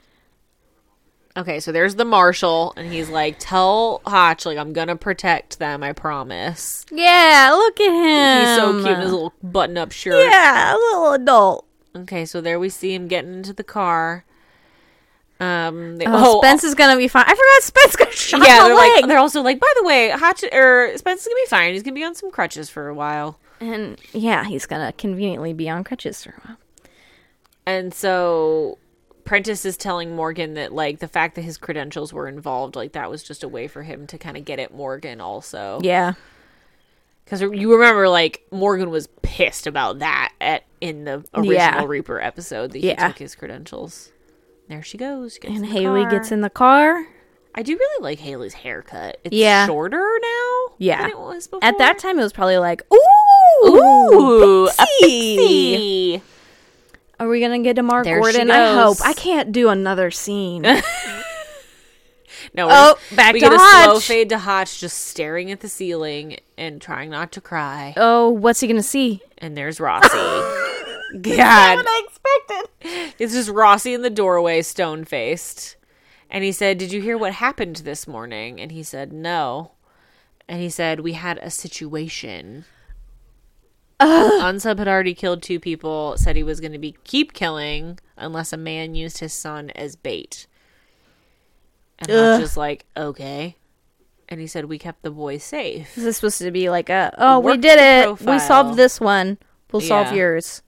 Speaker 2: Okay, so there's the marshal, and he's like, Tell Hotch, like, I'm gonna protect them, I promise.
Speaker 1: Yeah, look at him.
Speaker 2: He's so cute in his little button up shirt.
Speaker 1: Um, Yeah, a little adult.
Speaker 2: Okay, so there we see him getting into the car. Um, they,
Speaker 1: Oh,
Speaker 2: oh,
Speaker 1: Spence is gonna be fine. I forgot Spence got shot
Speaker 2: yeah,
Speaker 1: in
Speaker 2: they're
Speaker 1: the
Speaker 2: like,
Speaker 1: leg.
Speaker 2: they're also like, by the way, Hotch or Spence is gonna be fine. He's gonna be on some crutches for a while.
Speaker 1: and yeah, he's gonna conveniently be on crutches for a while.
Speaker 2: And so Prentice is telling Morgan that like the fact that his credentials were involved, like that was just a way for him to kind of get at Morgan also.
Speaker 1: Yeah,
Speaker 2: Because you remember, like Morgan was pissed about that at in the original
Speaker 1: Yeah.
Speaker 2: Reaper episode that he
Speaker 1: Yeah.
Speaker 2: took his credentials. There she goes. She gets
Speaker 1: and
Speaker 2: in the
Speaker 1: Haley
Speaker 2: car.
Speaker 1: gets in the car.
Speaker 2: I do really like Haley's haircut. It's
Speaker 1: Yeah.
Speaker 2: shorter now.
Speaker 1: Yeah.
Speaker 2: than it was before.
Speaker 1: At that time, it was probably like, ooh,
Speaker 2: ooh, a
Speaker 1: pixie.
Speaker 2: pixie.
Speaker 1: Are we gonna get to Mark
Speaker 2: There she
Speaker 1: Gordon? I hope
Speaker 2: goes.
Speaker 1: I can't do another scene.
Speaker 2: No,
Speaker 1: Oh,
Speaker 2: oh,
Speaker 1: back
Speaker 2: we
Speaker 1: to
Speaker 2: get a slow
Speaker 1: Hotch.
Speaker 2: fade to Hotch just staring at the ceiling and trying not to cry.
Speaker 1: oh, what's he gonna see?
Speaker 2: And there's Rossi. God,
Speaker 1: I expected.
Speaker 2: it's just Rossi in the doorway, stone faced. And he said, "Did you hear what happened this morning?" And he said, "No." And he said, "We had a situation." Unsub had already killed two people, said he was going to be keep killing unless a man used his son as bait. And Hotch is like, okay. And he said, we kept the boy safe.
Speaker 1: This is supposed to be like a oh, we
Speaker 2: Work
Speaker 1: did
Speaker 2: the
Speaker 1: it. We
Speaker 2: profile.
Speaker 1: solved this one. We'll solve
Speaker 2: Yeah.
Speaker 1: yours.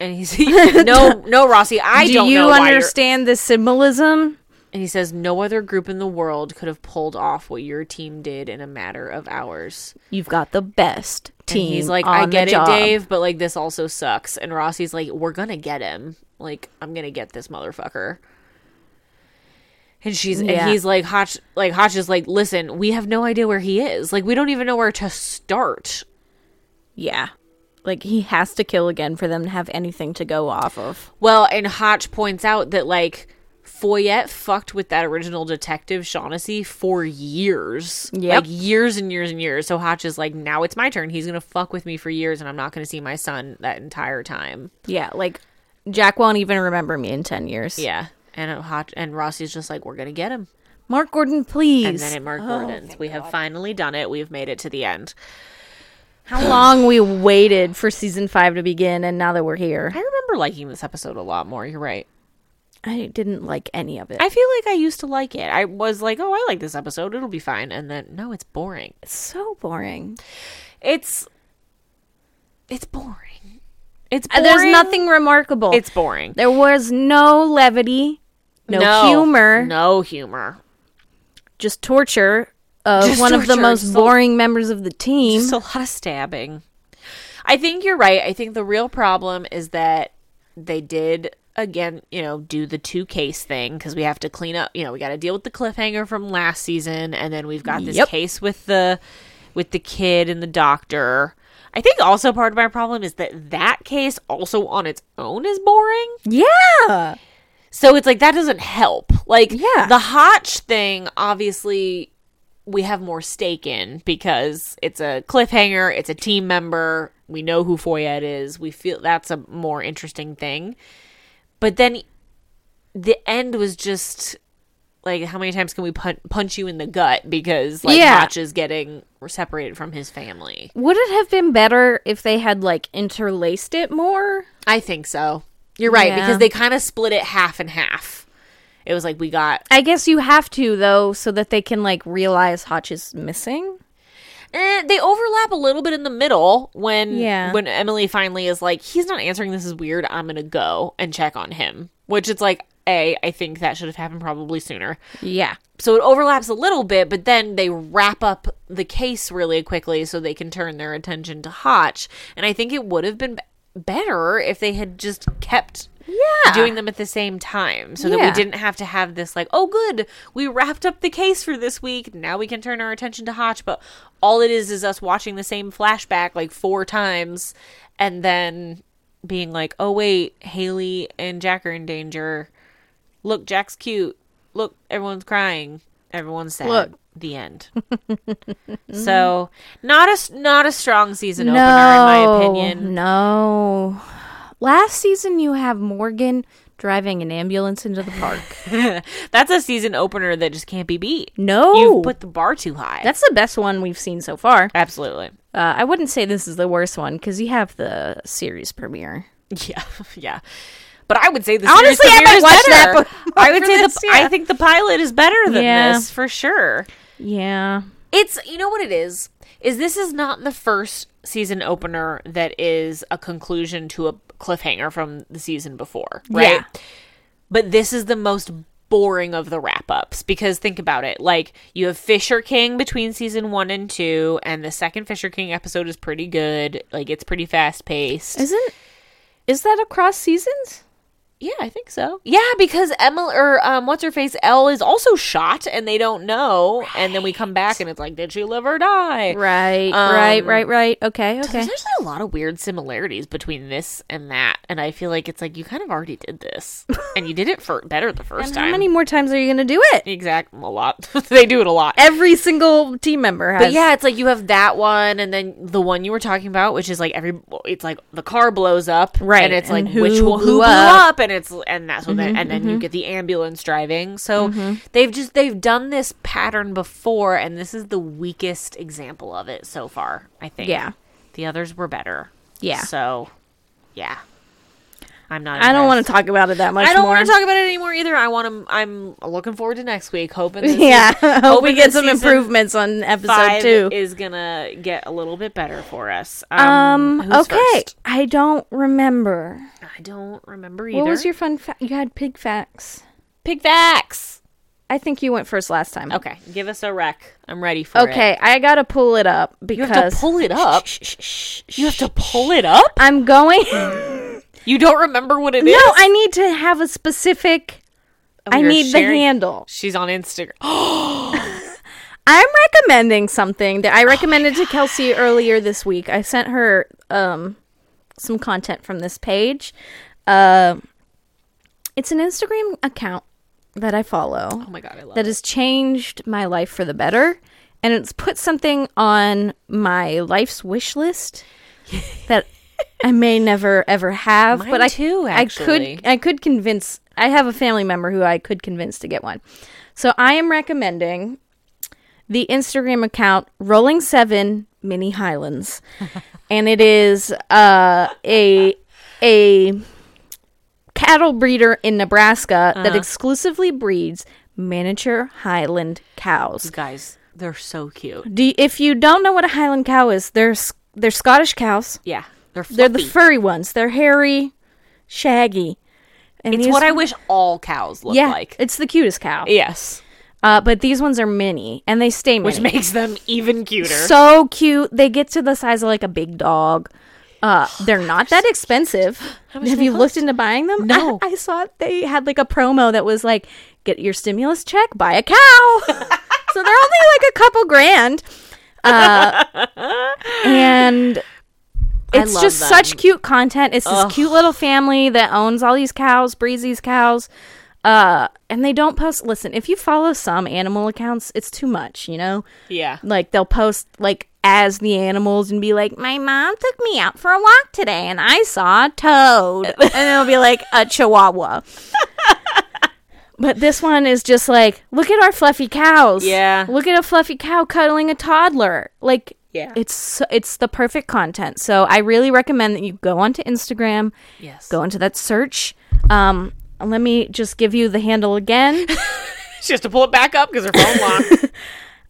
Speaker 2: And he's no, no, Rossi, I
Speaker 1: do
Speaker 2: not
Speaker 1: you
Speaker 2: know why you're-
Speaker 1: understand the symbolism?
Speaker 2: And he says, no other group in the world could have pulled off what your team did in a matter of hours.
Speaker 1: You've got the best team.
Speaker 2: and he's like,
Speaker 1: on
Speaker 2: I
Speaker 1: the
Speaker 2: get it,
Speaker 1: job.
Speaker 2: Dave, but like this also sucks. And Rossi's like, we're gonna get him. Like I'm gonna get this motherfucker. And she's
Speaker 1: Yeah.
Speaker 2: and he's like Hotch like Hotch is like, listen, we have no idea where he is. Like we don't even know where to start.
Speaker 1: Yeah. Like he has to kill again for them to have anything to go off of.
Speaker 2: Well, and Hotch points out that like Foyette fucked with that original detective Shaughnessy for years.
Speaker 1: Yep.
Speaker 2: Like years and years and years. So Hotch is like, now it's my turn. He's gonna fuck with me for years and I'm not gonna see my son that entire time.
Speaker 1: Yeah, like Jack won't even remember me in 10 years.
Speaker 2: Yeah. And hot and Rossi's just like, We're gonna get him.
Speaker 1: Mark Gordon, please.
Speaker 2: And then at Mark Gordon's, we have finally done it. We've made it to the end.
Speaker 1: How long we waited for season 5 to begin and now that we're here.
Speaker 2: I remember liking this episode a lot more. You're right.
Speaker 1: I didn't like any of it.
Speaker 2: I feel like I used to like it. I was like, Oh, I like this episode, it'll be fine and then no, it's boring.
Speaker 1: It's so boring.
Speaker 2: It's it's boring. It's
Speaker 1: Uh,
Speaker 2: boring.
Speaker 1: There's nothing remarkable.
Speaker 2: it's boring.
Speaker 1: there was no levity, no, humor,
Speaker 2: No humor.
Speaker 1: just torture of
Speaker 2: Just
Speaker 1: one of the
Speaker 2: torture,
Speaker 1: most
Speaker 2: just all-
Speaker 1: boring members of the team.
Speaker 2: Just a lot of stabbing. I think you're right. I think the real problem is that they did again, you know, do the two case thing because we have to clean up. You know, we got to deal with the cliffhanger from last season, and then we've got this
Speaker 1: Yep.
Speaker 2: case with the with the kid and the doctor. I think also part of my problem is that that case also on its own is boring.
Speaker 1: yeah.
Speaker 2: So it's like that doesn't help. Like
Speaker 1: Yeah.
Speaker 2: the Hotch thing, obviously, we have more stake in because it's a cliffhanger. It's a team member. We know who Foyette is. We feel that's a more interesting thing. But then the end was just like how many times can we pun- punch you in the gut because like
Speaker 1: Yeah.
Speaker 2: Hotch is getting separated from his family.
Speaker 1: Would it have been better if they had like interlaced it more?
Speaker 2: I think so. You're right
Speaker 1: Yeah.
Speaker 2: because they kind of split it half and half. It was like we got
Speaker 1: I guess you have to though, so that they can like realize Hotch is missing.
Speaker 2: eh, they overlap a little bit in the middle when
Speaker 1: Yeah.
Speaker 2: when Emily finally is like he's not answering this is weird I'm going to go and check on him, which it's like a I think that should have happened probably sooner.
Speaker 1: Yeah.
Speaker 2: So it overlaps a little bit, but then they wrap up the case really quickly so they can turn their attention to Hotch. And I think it would have been b- better if they had just kept
Speaker 1: Yeah.
Speaker 2: doing them at the same time so that we
Speaker 1: Yeah.
Speaker 2: didn't have to have this, like, oh, good, we wrapped up the case for this week. Now we can turn our attention to Hotch. But all it is is us watching the same flashback like four times and then being like, oh, wait, Haley and Jack are in danger look, Jack's cute. Look, everyone's crying. Everyone's sad.
Speaker 1: Look.
Speaker 2: The end. so not a s- not a strong season opener in my opinion.
Speaker 1: No. Last season you have Morgan driving an ambulance into the park.
Speaker 2: That's a season opener that just can't be beat.
Speaker 1: No.
Speaker 2: You've put the bar too high.
Speaker 1: That's the best one we've seen so far.
Speaker 2: Absolutely.
Speaker 1: Uh, I wouldn't say this is the worst one because you have the series premiere.
Speaker 2: Yeah, yeah. But I would say the series
Speaker 1: Honestly, I
Speaker 2: premiere
Speaker 1: might
Speaker 2: is
Speaker 1: watch that
Speaker 2: better.
Speaker 1: before
Speaker 2: I would say
Speaker 1: this,
Speaker 2: the
Speaker 1: yeah.
Speaker 2: I think the pilot is better than
Speaker 1: Yeah.
Speaker 2: this for sure.
Speaker 1: Yeah.
Speaker 2: It's you know what it is is this is not the first season opener that is a conclusion to a cliffhanger from the season before, right?
Speaker 1: Yeah.
Speaker 2: But this is the most boring of the wrap ups because think about it. Like you have Fisher King between season 1 and 2 and the second Fisher King episode is pretty good. Like it's pretty fast paced.
Speaker 1: Isn't is that across seasons?
Speaker 2: Yeah, I think so. Yeah, because Emily or um, what's her face L is also shot, and they don't know. And then we come back, and it's like, did she live or die?
Speaker 1: Right,
Speaker 2: Um,
Speaker 1: right, right, right. Okay, okay.
Speaker 2: There's actually a lot of weird similarities between this and that, and I feel like it's like you kind of already did this, and you did it for better the first time.
Speaker 1: How many more times are you going to do it?
Speaker 2: Exact a lot. they do it a lot.
Speaker 1: Every single team member has.
Speaker 2: But yeah, it's like you have that one, and then the one you were talking about, which is like every, it's like the car blows up,
Speaker 1: Right,
Speaker 2: And it's like
Speaker 1: and who
Speaker 2: which one, who
Speaker 1: blew
Speaker 2: blew up?
Speaker 1: up? Mm-hmm,
Speaker 2: and it's and that's what, they, and then you get the ambulance driving. So they've just they've done this pattern before, and this is the weakest example of it so far. I think.
Speaker 1: Yeah.
Speaker 2: the others were better.
Speaker 1: Yeah.
Speaker 2: So, yeah, I'm not.
Speaker 1: I don't
Speaker 2: impressed.
Speaker 1: want to talk about it that much.
Speaker 2: I don't
Speaker 1: more.
Speaker 2: want to talk about it anymore either. I want to. I'm looking forward to next week, hoping. This
Speaker 1: Yeah, hope we
Speaker 2: hoping
Speaker 1: get
Speaker 2: this
Speaker 1: some
Speaker 2: season
Speaker 1: improvements on episode
Speaker 2: five
Speaker 1: two.
Speaker 2: is gonna get a little bit better for us.
Speaker 1: Um.
Speaker 2: who's
Speaker 1: Okay.
Speaker 2: first?
Speaker 1: I don't remember.
Speaker 2: I don't remember either.
Speaker 1: What was your fun fact? You had pig facts.
Speaker 2: pig facts?
Speaker 1: I think you went first last time.
Speaker 2: Okay, give us a rec. I'm ready for it.
Speaker 1: Okay. I gotta pull it up
Speaker 2: you
Speaker 1: because
Speaker 2: have to pull it up. You have to pull it up.
Speaker 1: I'm going.
Speaker 2: You don't remember what it is.
Speaker 1: no, I need to have a specific.
Speaker 2: Oh,
Speaker 1: I
Speaker 2: you're
Speaker 1: need
Speaker 2: sharing-
Speaker 1: the handle.
Speaker 2: She's on Instagram. Oh
Speaker 1: I'm recommending something
Speaker 2: Oh
Speaker 1: that I recommended to Kelsey earlier this week. I sent her um, some content from this page. Uh, it's an Instagram account that I follow
Speaker 2: Oh my god, I love
Speaker 1: that has changed my life for the better. And it's put something on my life's wish list that I may never ever have.
Speaker 2: Mine
Speaker 1: but I
Speaker 2: too,
Speaker 1: I
Speaker 2: actually.
Speaker 1: could I could convince I have a family member who I could convince to get one. So I am recommending the Instagram account Rolling Seven Mini Highlands. and it is uh, a a cattle breeder in Nebraska
Speaker 2: Uh-huh.
Speaker 1: that exclusively breeds miniature Highland cows.
Speaker 2: it. Guys, they're so cute.
Speaker 1: Do if you don't know what a Highland cow is, they're s- they're Scottish cows.
Speaker 2: Yeah, they're
Speaker 1: They're the
Speaker 2: fluffy.
Speaker 1: furry ones. They're hairy, shaggy. And
Speaker 2: It's
Speaker 1: these-
Speaker 2: what I wish all cows look
Speaker 1: yeah,
Speaker 2: like.
Speaker 1: it's the cutest cow.
Speaker 2: yes,
Speaker 1: Uh, but these ones are mini, and they stay mini.
Speaker 2: which makes them even cuter.
Speaker 1: so cute. They get to the size of like a big dog. Uh, they're not that expensive.
Speaker 2: much do
Speaker 1: Have
Speaker 2: they
Speaker 1: you looked into buying them? I-
Speaker 2: No.
Speaker 1: I, saw they had like a promo that was like, get your stimulus check, buy a cow. so they're only like a couple grand. Uh, and it's
Speaker 2: love
Speaker 1: just
Speaker 2: them.
Speaker 1: such cute content. It's this cute little family that owns all these cows, breeds these cows. Uh, and they don't post. Listen, if you follow some animal accounts, it's too much, you know?
Speaker 2: yeah,
Speaker 1: like they'll post like as the animals and be like, "My mom took me out for a walk today, and I saw a toad," and it'll be like a chihuahua. But this one is just like, look at our fluffy cows.
Speaker 2: Yeah.
Speaker 1: Look at a fluffy cow cuddling a toddler. Like,
Speaker 2: Yeah.
Speaker 1: it's so, it's the perfect content. So I really recommend that you go onto Instagram,
Speaker 2: Yes.
Speaker 1: go into that search. Um, let me just give you the handle again.
Speaker 2: She has to pull it back up because her phone locked.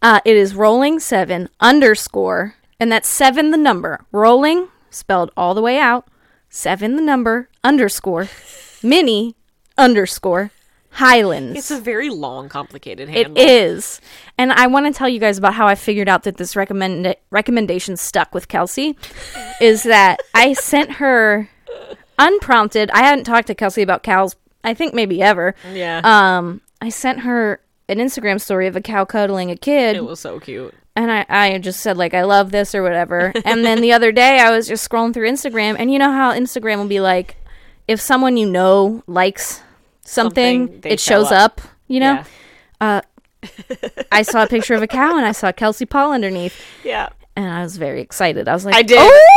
Speaker 1: Uh, it is rolling seven underscore, and that's seven the number. Rolling spelled all the way out. Seven the number underscore, mini underscore Highlands.
Speaker 2: it's a very long, complicated
Speaker 1: It
Speaker 2: handle.
Speaker 1: is. And I want to tell you guys about how I figured out that this recommend- recommendation stuck with Kelsey is that I sent her unprompted. I hadn't talked to Kelsey about cows, I think maybe ever.
Speaker 2: Yeah.
Speaker 1: Um, I sent her an Instagram story of a cow cuddling a kid
Speaker 2: it was so cute.
Speaker 1: and I, I just said like I love this or whatever. and then the other day I was just scrolling through Instagram and you know how Instagram will be like if someone you know likes something,
Speaker 2: Something, they
Speaker 1: it
Speaker 2: show
Speaker 1: shows up, you know?
Speaker 2: Yeah.
Speaker 1: I saw a picture of a cow and I saw Kelsey Paul underneath,
Speaker 2: Yeah.
Speaker 1: and I was very excited. I was like,
Speaker 2: I did.
Speaker 1: "Oh!"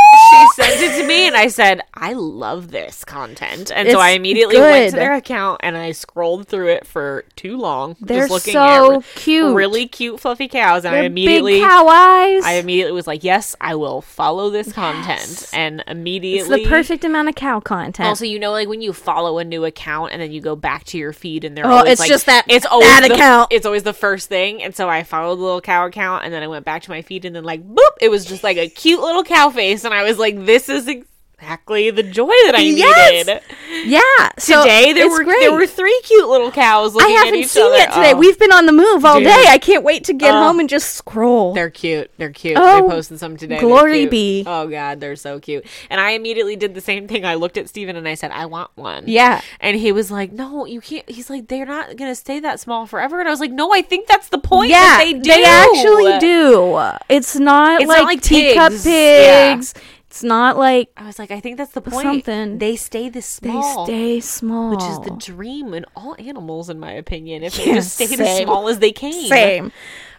Speaker 2: She sent it to me, and I said, "I love this content." And so
Speaker 1: It's
Speaker 2: I immediately went to
Speaker 1: good.
Speaker 2: their account and I scrolled through it for too long.
Speaker 1: They're
Speaker 2: just looking
Speaker 1: so
Speaker 2: at re-
Speaker 1: cute.
Speaker 2: really cute, fluffy cows, and
Speaker 1: They're
Speaker 2: I immediately,
Speaker 1: big cow eyes.
Speaker 2: I immediately was like, "Yes, I will follow this content." And
Speaker 1: it's
Speaker 2: immediately,
Speaker 1: the perfect amount of cow content.
Speaker 2: Also, you know, like when you follow a new account and then you go back to your feed and they're
Speaker 1: Oh,
Speaker 2: always
Speaker 1: it's
Speaker 2: like,
Speaker 1: just that-
Speaker 2: it's always
Speaker 1: that
Speaker 2: the-
Speaker 1: account.
Speaker 2: It's always the first thing, and so I followed the little cow account and then I went back to my feed and then like boop, it was just like a cute little cow face, and I was like, this is exactly the joy that I
Speaker 1: Yes!
Speaker 2: needed.
Speaker 1: yeah. So
Speaker 2: Today there
Speaker 1: it's
Speaker 2: were
Speaker 1: great.
Speaker 2: there were three cute little cows.
Speaker 1: I
Speaker 2: Looking at
Speaker 1: haven't
Speaker 2: each
Speaker 1: seen
Speaker 2: other.
Speaker 1: it today.
Speaker 2: Oh,
Speaker 1: We've been on the move all
Speaker 2: Dude.
Speaker 1: day. I can't wait to get
Speaker 2: Oh.
Speaker 1: home and just scroll.
Speaker 2: They're cute. They're cute.
Speaker 1: Oh,
Speaker 2: they posted some today. They're
Speaker 1: glory
Speaker 2: cute.
Speaker 1: be.
Speaker 2: Oh God, they're so cute. And I immediately did the same thing. I looked at Steven and I said, I want one.
Speaker 1: Yeah.
Speaker 2: And he was like, No, you can't he's like, they're not gonna stay that small forever. And I was like, No, I think that's the point.
Speaker 1: yeah,
Speaker 2: that they do.
Speaker 1: actually do. It's not
Speaker 2: It's
Speaker 1: like,
Speaker 2: not like
Speaker 1: teacup
Speaker 2: pigs.
Speaker 1: pigs.
Speaker 2: Yeah.
Speaker 1: It's not like
Speaker 2: I was like, I think that's the point.
Speaker 1: Something.
Speaker 2: They stay this
Speaker 1: they
Speaker 2: small.
Speaker 1: stay small,
Speaker 2: Which is the dream in all animals, in my opinion, if they
Speaker 1: Yeah,
Speaker 2: just stayed as
Speaker 1: same.
Speaker 2: small as they can.
Speaker 1: Same.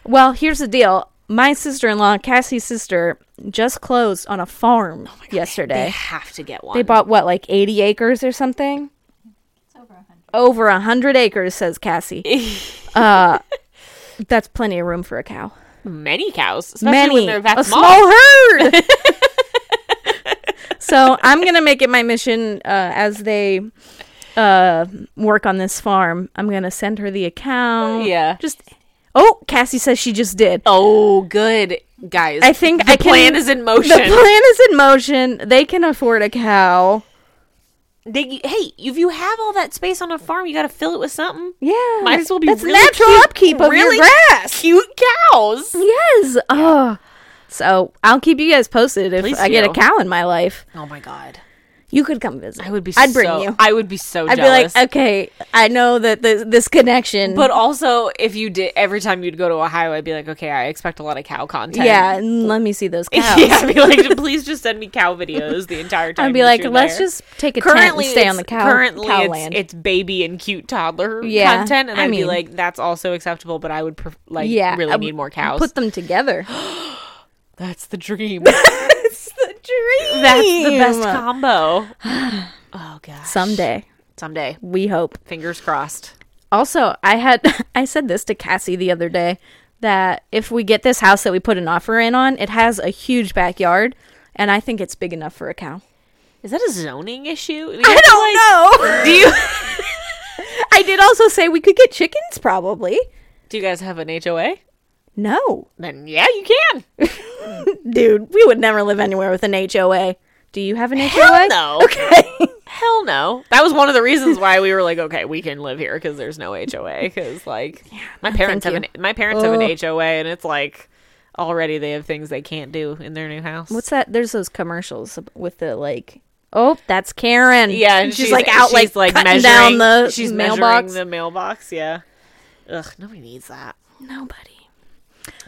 Speaker 1: Well, here's the deal. My sister-in-law, Cassie's sister, just closed on a farm
Speaker 2: Oh They
Speaker 1: yesterday.
Speaker 2: have to get one.
Speaker 1: They, bought what, like 80 acres or something? It's over 100. Over 100 acres, says Cassie. uh, that's plenty of room for a cow.
Speaker 2: many cows, especially
Speaker 1: Many.
Speaker 2: when they're that
Speaker 1: a
Speaker 2: small.
Speaker 1: small, herd. so I'm gonna make it my mission uh, as they uh, work on this farm. I'm gonna send her the account.
Speaker 2: Yeah.
Speaker 1: Just oh, Cassie says she just did.
Speaker 2: Oh, good guys.
Speaker 1: I think
Speaker 2: the
Speaker 1: I can-
Speaker 2: plan is in
Speaker 1: The
Speaker 2: motion.
Speaker 1: plan is in motion. They can afford a cow.
Speaker 2: They- hey, if you have all that space on a farm, you got to fill it with something.
Speaker 1: Yeah,
Speaker 2: Might as well be
Speaker 1: That's
Speaker 2: really
Speaker 1: natural
Speaker 2: cute-
Speaker 1: upkeep of
Speaker 2: really
Speaker 1: your grass.
Speaker 2: Cute cows.
Speaker 1: Yes. Oh. So I'll keep you guys posted if
Speaker 2: Please
Speaker 1: I get
Speaker 2: do.
Speaker 1: a cow in my life.
Speaker 2: Oh my god,
Speaker 1: You could come visit.
Speaker 2: I would be.
Speaker 1: I'd bring
Speaker 2: so-
Speaker 1: you.
Speaker 2: I would be so.
Speaker 1: I'd
Speaker 2: jealous.
Speaker 1: be like, okay, I know that this, this connection.
Speaker 2: But also, if you did every time you'd go to Ohio, I'd be like, okay, I expect a lot of cow content.
Speaker 1: yeah, and let me see those cows.
Speaker 2: yeah. I'd be like, please just send me cow videos the entire time.
Speaker 1: I'd be
Speaker 2: that
Speaker 1: like,
Speaker 2: you're
Speaker 1: let's
Speaker 2: there."
Speaker 1: just take a tent and
Speaker 2: currently
Speaker 1: stay on the
Speaker 2: it's-
Speaker 1: cow.
Speaker 2: Currently,
Speaker 1: cow
Speaker 2: it's,
Speaker 1: land.
Speaker 2: it's baby and cute toddler
Speaker 1: Yeah,
Speaker 2: content, and
Speaker 1: I
Speaker 2: I'd be
Speaker 1: mean-
Speaker 2: like, that's also acceptable. But I would pref- like
Speaker 1: yeah,
Speaker 2: really
Speaker 1: I
Speaker 2: need
Speaker 1: would
Speaker 2: more cows.
Speaker 1: Put them together.
Speaker 2: That's the dream. That's the dream. That's the best
Speaker 1: Dream.
Speaker 2: combo. oh gosh.
Speaker 1: Someday,
Speaker 2: Someday.
Speaker 1: we hope.
Speaker 2: Fingers crossed.
Speaker 1: Also, I had I said this to Cassie the other day that if we get this house that we put an offer in on, it has a huge backyard, and I think it's big enough for a cow.
Speaker 2: Is that a zoning issue?
Speaker 1: I don't know.
Speaker 2: Do you
Speaker 1: I did also say we could get chickens, probably.
Speaker 2: Do you guys have an HOA?
Speaker 1: No,
Speaker 2: Then yeah, you can.
Speaker 1: dude, we would never live anywhere with an HOA. Do you have an HOA?
Speaker 2: Hell no.
Speaker 1: Okay.
Speaker 2: Hell no. That was one of the reasons why we were like, okay, we can live here because there's no HOA. Because like, my parents have
Speaker 1: thank Oh.
Speaker 2: an my parents have an HOA, and it's like already they have things they can't do in their new house.
Speaker 1: What's that? There's those commercials with the like, oh, that's Karen.
Speaker 2: yeah, and
Speaker 1: and she's, like out
Speaker 2: she's,
Speaker 1: like, cutting down the
Speaker 2: she's measuring
Speaker 1: mailbox.
Speaker 2: The mailbox, yeah. Ugh, nobody needs that.
Speaker 1: Nobody.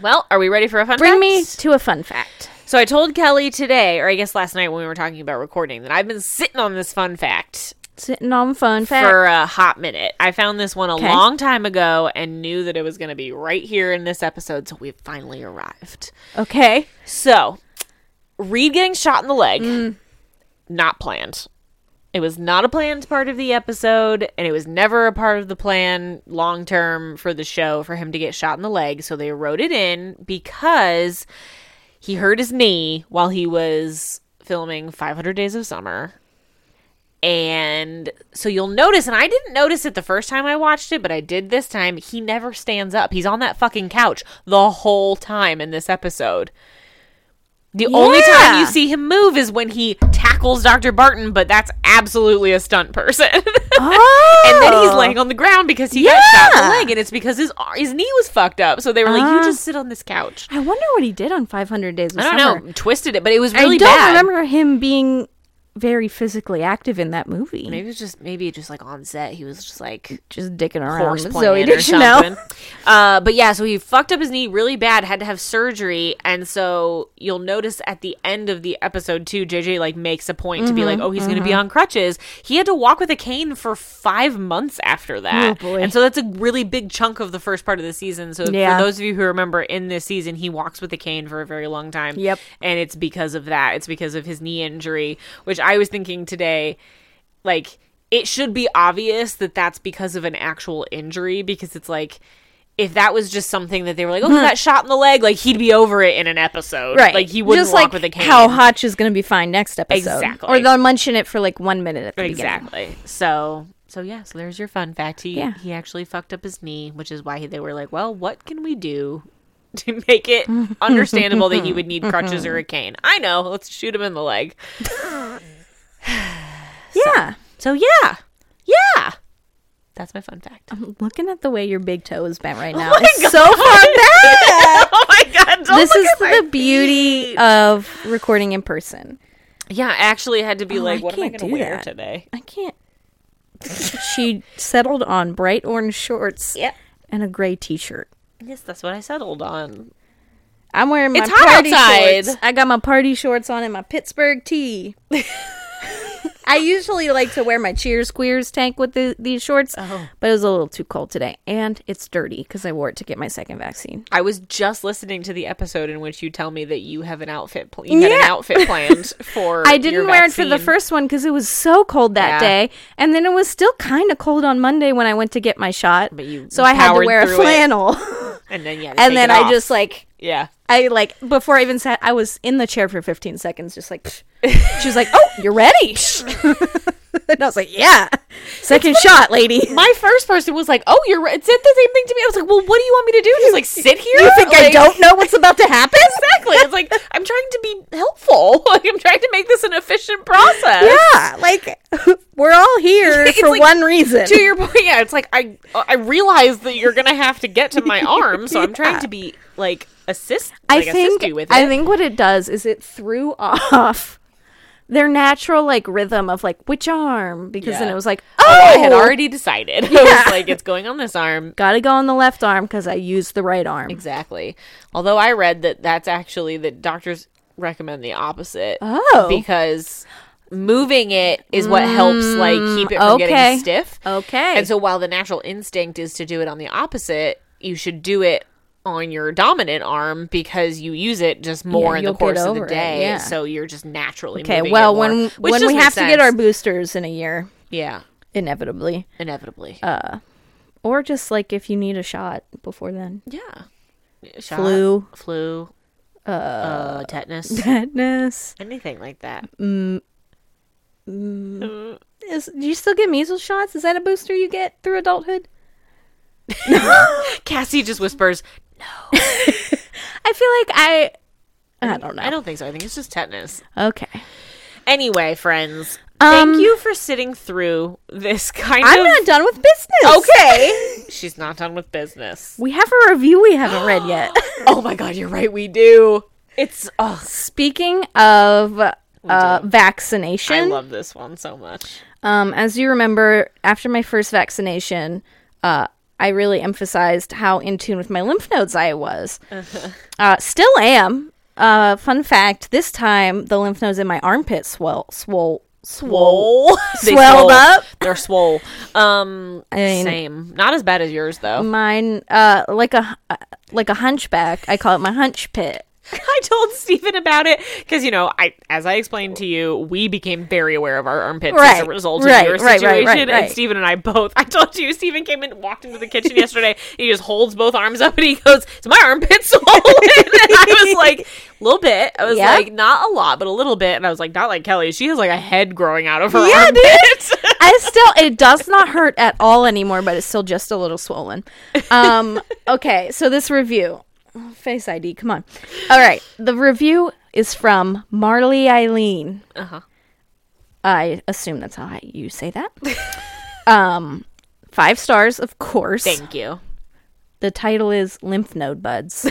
Speaker 2: Well, are we ready for a fun?
Speaker 1: Bring
Speaker 2: fact?
Speaker 1: me to a fun fact.
Speaker 2: So I told Kelly today, or I guess last night when we were talking about recording, that I've been sitting on this fun fact
Speaker 1: Sitting on fun fact.
Speaker 2: for a hot minute. I found this one a
Speaker 1: Okay.
Speaker 2: long time ago and knew that it was going to be right here in this episode, so we've finally arrived.
Speaker 1: okay. Mm.
Speaker 2: So, Reed getting shot in the leg, not planned. It was not a planned part of the episode, and it was never a part of the plan long term for the show for him to get shot in the leg. So they wrote it in because he hurt his knee while he was filming 500 Days of Summer. And so you'll notice, and I didn't notice it the first time I watched it, but I did this time. He never stands up. He's on that fucking couch the whole time in this episode. The only time you see him move is when he tackles Dr. Barton, but that's absolutely a stunt person.
Speaker 1: Oh,
Speaker 2: and then he's laying on the ground because he got shot in the leg, and it's because his ar- his knee was fucked up. So they were like, "You just sit on this couch."
Speaker 1: I wonder what he did on 500 Days of
Speaker 2: I don't
Speaker 1: Summer.
Speaker 2: know, twisted it, but it was
Speaker 1: I
Speaker 2: really
Speaker 1: don't
Speaker 2: bad.
Speaker 1: remember him being very physically active in that movie.
Speaker 2: Maybe it was just maybe just like on set, he was just like
Speaker 1: Just dicking around.
Speaker 2: horse
Speaker 1: with
Speaker 2: playing or
Speaker 1: did you know?
Speaker 2: something. Uh, but yeah, so he fucked up his knee really bad, had to have surgery, and so you'll notice at the end of the episode too, JJ like makes a point to be like, oh, he's going to be on crutches. He had to walk with a cane for five months after that,
Speaker 1: boy.
Speaker 2: and so that's a really big chunk of the first part of the season. So
Speaker 1: Yeah.
Speaker 2: for those of you who remember, in this season, he walks with a cane for a very long time.
Speaker 1: Yep.
Speaker 2: and it's because of that. It's because of his knee injury, which I was thinking today like it should be obvious that that's because of an actual injury because it's like if that was just something that they were like, oh, he got shot in the leg, like he'd be over it in an episode,
Speaker 1: Hmm. Right.
Speaker 2: Like he wouldn't
Speaker 1: Just
Speaker 2: walk
Speaker 1: like
Speaker 2: with a cane.
Speaker 1: How Hotch is going to be fine next episode.
Speaker 2: Exactly.
Speaker 1: Or they'll mention it for like one minute at the beginning.
Speaker 2: exactly. So, so yeah. So there's your fun fact. He
Speaker 1: Yeah.
Speaker 2: he actually fucked up his knee, which is why he, they were like, well, what can we do to make it understandable that he would need crutches or a cane? I know. Let's shoot him in the leg.
Speaker 1: Yeah.
Speaker 2: So yeah, yeah. That's my fun fact.
Speaker 1: I'm looking at the way your big toe is bent right now. it's so far back.
Speaker 2: Oh my god! Don't
Speaker 1: this
Speaker 2: look
Speaker 1: is
Speaker 2: at my
Speaker 1: the beauty of recording in person.
Speaker 2: Yeah, I actually had to be like,
Speaker 1: I
Speaker 2: what am Oh, I
Speaker 1: can't
Speaker 2: going to
Speaker 1: do
Speaker 2: wear
Speaker 1: that.
Speaker 2: today?
Speaker 1: I can't. she settled on bright orange shorts
Speaker 2: Yep.
Speaker 1: and a gray t shirt.
Speaker 2: Yes, that's what I settled on.
Speaker 1: I'm wearing my
Speaker 2: It's hot
Speaker 1: party
Speaker 2: outside.
Speaker 1: shorts. I got my party shorts on and my Pittsburgh tee. I usually like to wear my Cheers Queers tank with the, these shorts,
Speaker 2: Oh.
Speaker 1: but it was a little too cold today, and it's dirty because I wore it to get my second vaccine.
Speaker 2: I was just listening to the episode in which you tell me that you have an outfit. Pl- you had an
Speaker 1: Yeah.
Speaker 2: outfit planned for.
Speaker 1: I didn't
Speaker 2: your
Speaker 1: wear it for the
Speaker 2: vaccine.
Speaker 1: first one because it was so cold that
Speaker 2: Yeah.
Speaker 1: day, and then it was still kind of cold on Monday when I went to get my shot.
Speaker 2: But you
Speaker 1: so I had to
Speaker 2: powered
Speaker 1: wear a
Speaker 2: through it.
Speaker 1: flannel,
Speaker 2: and then yeah,
Speaker 1: and then I just like
Speaker 2: yeah.
Speaker 1: I like before I even sat, I was in the chair for 15 seconds, just like. psh. She was like, "Oh, you're ready," and I was like, "Yeah, second shot, lady."
Speaker 2: My first person was like, "Oh, you're right." said the same thing to me. I was like, "Well, what do you want me to do? Just like sit here?"
Speaker 1: You think I
Speaker 2: Like-
Speaker 1: don't know what's about to happen?
Speaker 2: Exactly. It's like I'm trying to be helpful. Like I'm trying to make this an efficient process.
Speaker 1: Yeah, like we're all here
Speaker 2: It's
Speaker 1: for
Speaker 2: like-
Speaker 1: one reason.
Speaker 2: to your point, yeah, it's like I I realize that you're gonna have to get to my arm, so I'm trying to be like assist.
Speaker 1: I
Speaker 2: like,
Speaker 1: think
Speaker 2: assist you with it.
Speaker 1: I think what it does is it threw off their natural like rhythm of like which arm because then
Speaker 2: Yeah.
Speaker 1: it was like,
Speaker 2: Oh,
Speaker 1: "Oh,
Speaker 2: I had already decided. I was like, it's going on this arm.
Speaker 1: got to go on the left arm because I used the right arm."
Speaker 2: Exactly. Although I read that that's actually that doctors recommend the opposite.
Speaker 1: Oh.
Speaker 2: because moving it is what helps like keep it from
Speaker 1: Mm, okay.
Speaker 2: getting stiff.
Speaker 1: Okay.
Speaker 2: And so while the natural instinct is to do it on the opposite, you should do it on your dominant arm because you use it just more
Speaker 1: Yeah,
Speaker 2: in the
Speaker 1: you'll get
Speaker 2: course of
Speaker 1: over
Speaker 2: the
Speaker 1: it,
Speaker 2: day.
Speaker 1: yeah.
Speaker 2: So you're just naturally
Speaker 1: okay,
Speaker 2: moving it
Speaker 1: well,
Speaker 2: more,
Speaker 1: when
Speaker 2: which
Speaker 1: when
Speaker 2: does
Speaker 1: we
Speaker 2: make
Speaker 1: have to get our
Speaker 2: sense.
Speaker 1: boosters in a year,
Speaker 2: yeah,
Speaker 1: inevitably,
Speaker 2: inevitably.
Speaker 1: Uh, or just like if you need a shot before then.
Speaker 2: Yeah. Shot,
Speaker 1: Flu.
Speaker 2: Flu. Uh, tetanus.
Speaker 1: Tetanus.
Speaker 2: anything like that.
Speaker 1: Is, do you still get measles shots? Is that a booster you get through adulthood?
Speaker 2: Cassie just whispers,
Speaker 1: I feel like I. I don't know.
Speaker 2: I don't think so. I think it's just tetanus.
Speaker 1: okay.
Speaker 2: Anyway, friends,
Speaker 1: Um,
Speaker 2: thank you for sitting through this kind
Speaker 1: I'm
Speaker 2: of.
Speaker 1: not done with business.
Speaker 2: okay. She's not done with business.
Speaker 1: We have a review we haven't read yet.
Speaker 2: Oh my God, you're right. We do. It's. Oh,
Speaker 1: Speaking of uh, vaccination,
Speaker 2: I love this one so much.
Speaker 1: Um, as you remember, after my first vaccination, uh, I really emphasized how in tune with my lymph nodes I was. Uh, still am. Uh, fun fact: this time, the lymph nodes in my armpit swell, swell, swell.
Speaker 2: Swole. They
Speaker 1: Swelled
Speaker 2: swole.
Speaker 1: up.
Speaker 2: They're swole. Um,
Speaker 1: mean-
Speaker 2: same. Not as bad as yours though.
Speaker 1: Mine, uh, like a uh, like a hunchback. I call it my hunch pit.
Speaker 2: I told Stephen about it because you know, I as I explained to you, we became very aware of our armpits as a
Speaker 1: Right,
Speaker 2: result of
Speaker 1: right,
Speaker 2: your
Speaker 1: right, right,
Speaker 2: situation.
Speaker 1: right,
Speaker 2: And
Speaker 1: right.
Speaker 2: Stephen and I both. I told you, Stephen came in, walked into the kitchen yesterday. he just holds both arms up and he goes, "Is my armpit swollen?" and I was like, "A little bit." I was
Speaker 1: Yeah.
Speaker 2: like, "Not a lot, but a little bit." And I was like, "Not like Kelly. She has like a head growing out of her
Speaker 1: Yeah, dude.
Speaker 2: armpits."
Speaker 1: I still it does not hurt at all anymore, but it's still just a little swollen. Um okay, so this review. Face ID, come on. All right. The review is from Marley Eileen.
Speaker 2: Uh-huh.
Speaker 1: I assume that's how I, you say that. um five stars, of course.
Speaker 2: Thank you.
Speaker 1: The title is Lymph Node Buds.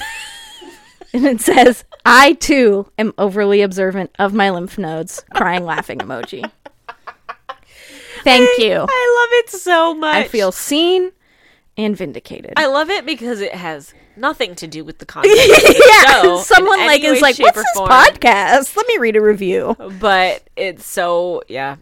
Speaker 1: and it says, I too am overly observant of my lymph nodes. Crying laughing emoji. Thank you.
Speaker 2: I love it so much.
Speaker 1: I feel seen and vindicated.
Speaker 2: I love it because it has nothing to do with the content. yeah,
Speaker 1: Someone like is like, what's this podcast? Let me read a review.
Speaker 2: But it's so yeah.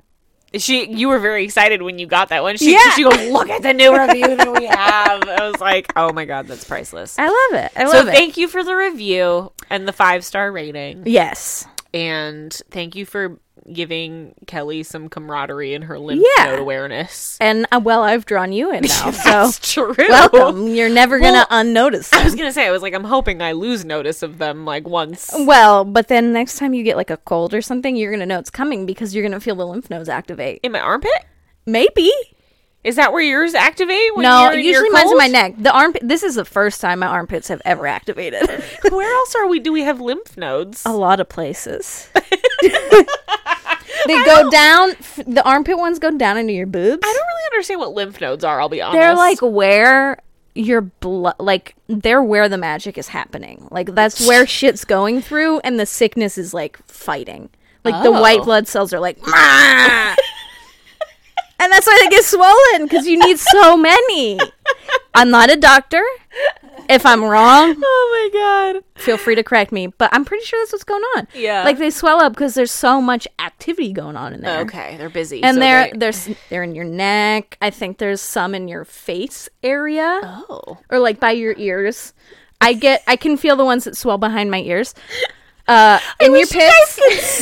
Speaker 2: She, you were very excited when you got that one. She,
Speaker 1: Yeah.
Speaker 2: she goes, look at the new review that we have. I was like, oh my god, that's priceless.
Speaker 1: I love it. I
Speaker 2: So
Speaker 1: love it.
Speaker 2: thank you for the review and the five star rating,
Speaker 1: yes.
Speaker 2: and thank you for giving Kelly some camaraderie in her lymph
Speaker 1: Yeah.
Speaker 2: node awareness.
Speaker 1: And uh, well, I've drawn you in now. so
Speaker 2: That's true.
Speaker 1: welcome. You're never
Speaker 2: Well,
Speaker 1: gonna unnotice.
Speaker 2: I
Speaker 1: Them.
Speaker 2: was gonna say, I was like, I'm hoping I lose notice of them like once.
Speaker 1: Well, but then next time you get like a cold or something, you're gonna know it's coming because you're gonna feel the lymph nodes activate.
Speaker 2: in my armpit?
Speaker 1: Maybe.
Speaker 2: Is that where yours activate? When
Speaker 1: no,
Speaker 2: you're
Speaker 1: it
Speaker 2: in your
Speaker 1: usually mine's in my
Speaker 2: cold?
Speaker 1: neck. The armpit. This is the first time my armpits have ever activated.
Speaker 2: Where else are we? Do we have lymph nodes?
Speaker 1: a lot of places. they go down. f- The armpit ones go down into your boobs.
Speaker 2: I don't really understand what lymph nodes are. I'll be honest.
Speaker 1: They're like where your blood, like they're where the magic is happening. Like that's where shit's going through, and the sickness is like fighting. Like the
Speaker 2: Oh.
Speaker 1: white blood cells are like, "Mah!" and that's why they get swollen because you need so many. I'm not a doctor. If I'm wrong,
Speaker 2: Oh my god.
Speaker 1: feel free to correct me, but I'm pretty sure that's what's going on.
Speaker 2: Yeah.
Speaker 1: like they swell up because there's so much activity going on in there.
Speaker 2: Okay, they're busy.
Speaker 1: and
Speaker 2: so
Speaker 1: they're
Speaker 2: they-
Speaker 1: they're s- they're in your neck. I think there's some in your face area
Speaker 2: oh.
Speaker 1: or like by your ears. I get I can feel the ones that swell behind my ears. Uh, in your pits.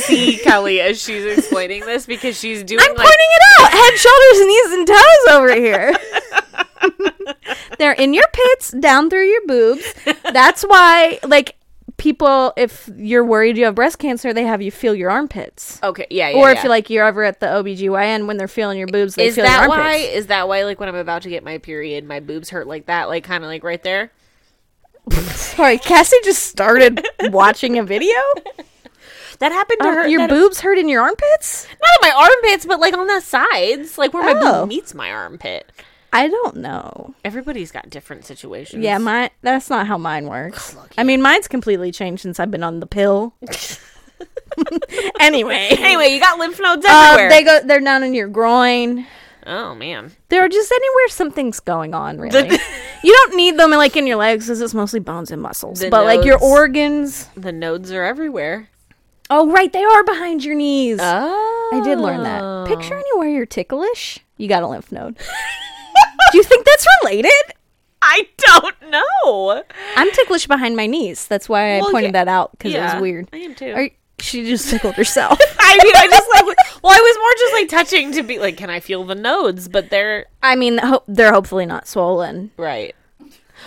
Speaker 2: See Kelly as she's explaining this because she's doing like
Speaker 1: I'm pointing it out. Head, shoulders, knees, and toes over here. They're in your pits, down through your boobs. That's why, like, people, if you're worried you have breast cancer, they have you feel your armpits.
Speaker 2: Okay, yeah, yeah.
Speaker 1: or
Speaker 2: yeah.
Speaker 1: if you're like you're ever at the OBGYN when they're feeling your boobs, they
Speaker 2: is
Speaker 1: feel
Speaker 2: that
Speaker 1: your
Speaker 2: why?
Speaker 1: armpits.
Speaker 2: Is that why? Like when I'm about to get my period, my boobs hurt like that, like kind of like right there.
Speaker 1: Sorry, Cassie just started watching a video.
Speaker 2: That happened to
Speaker 1: Are
Speaker 2: her.
Speaker 1: Uh, your
Speaker 2: that-
Speaker 1: boobs hurt in your armpits?
Speaker 2: not in my armpits, but like on the sides, like where my
Speaker 1: Oh.
Speaker 2: boob meets my armpit.
Speaker 1: I don't know.
Speaker 2: Everybody's got different situations.
Speaker 1: Yeah, my that's not how mine works. I mean, mine's completely changed since I've been on the pill. anyway,
Speaker 2: Anyway, you got lymph nodes
Speaker 1: um,
Speaker 2: everywhere.
Speaker 1: they go they're down in your groin.
Speaker 2: oh man.
Speaker 1: They're just anywhere something's going on. Really, you don't need them like in your legs because it's mostly bones and muscles.
Speaker 2: The
Speaker 1: but like your
Speaker 2: nodes.
Speaker 1: organs.
Speaker 2: The nodes are everywhere.
Speaker 1: Oh right, they are behind your knees.
Speaker 2: Oh.
Speaker 1: I did learn that. Picture anywhere you're ticklish, you got a lymph node. Do you think that's related?
Speaker 2: I don't know.
Speaker 1: I'm ticklish behind my knees. That's why I
Speaker 2: Well,
Speaker 1: pointed
Speaker 2: yeah.
Speaker 1: that out because it
Speaker 2: Yeah,
Speaker 1: was weird.
Speaker 2: I am too.
Speaker 1: Or she just tickled herself.
Speaker 2: I mean, I just like. Well, I was more just like touching to be like, can I feel the nodes? But they're
Speaker 1: I mean, ho- they're hopefully not swollen.
Speaker 2: right.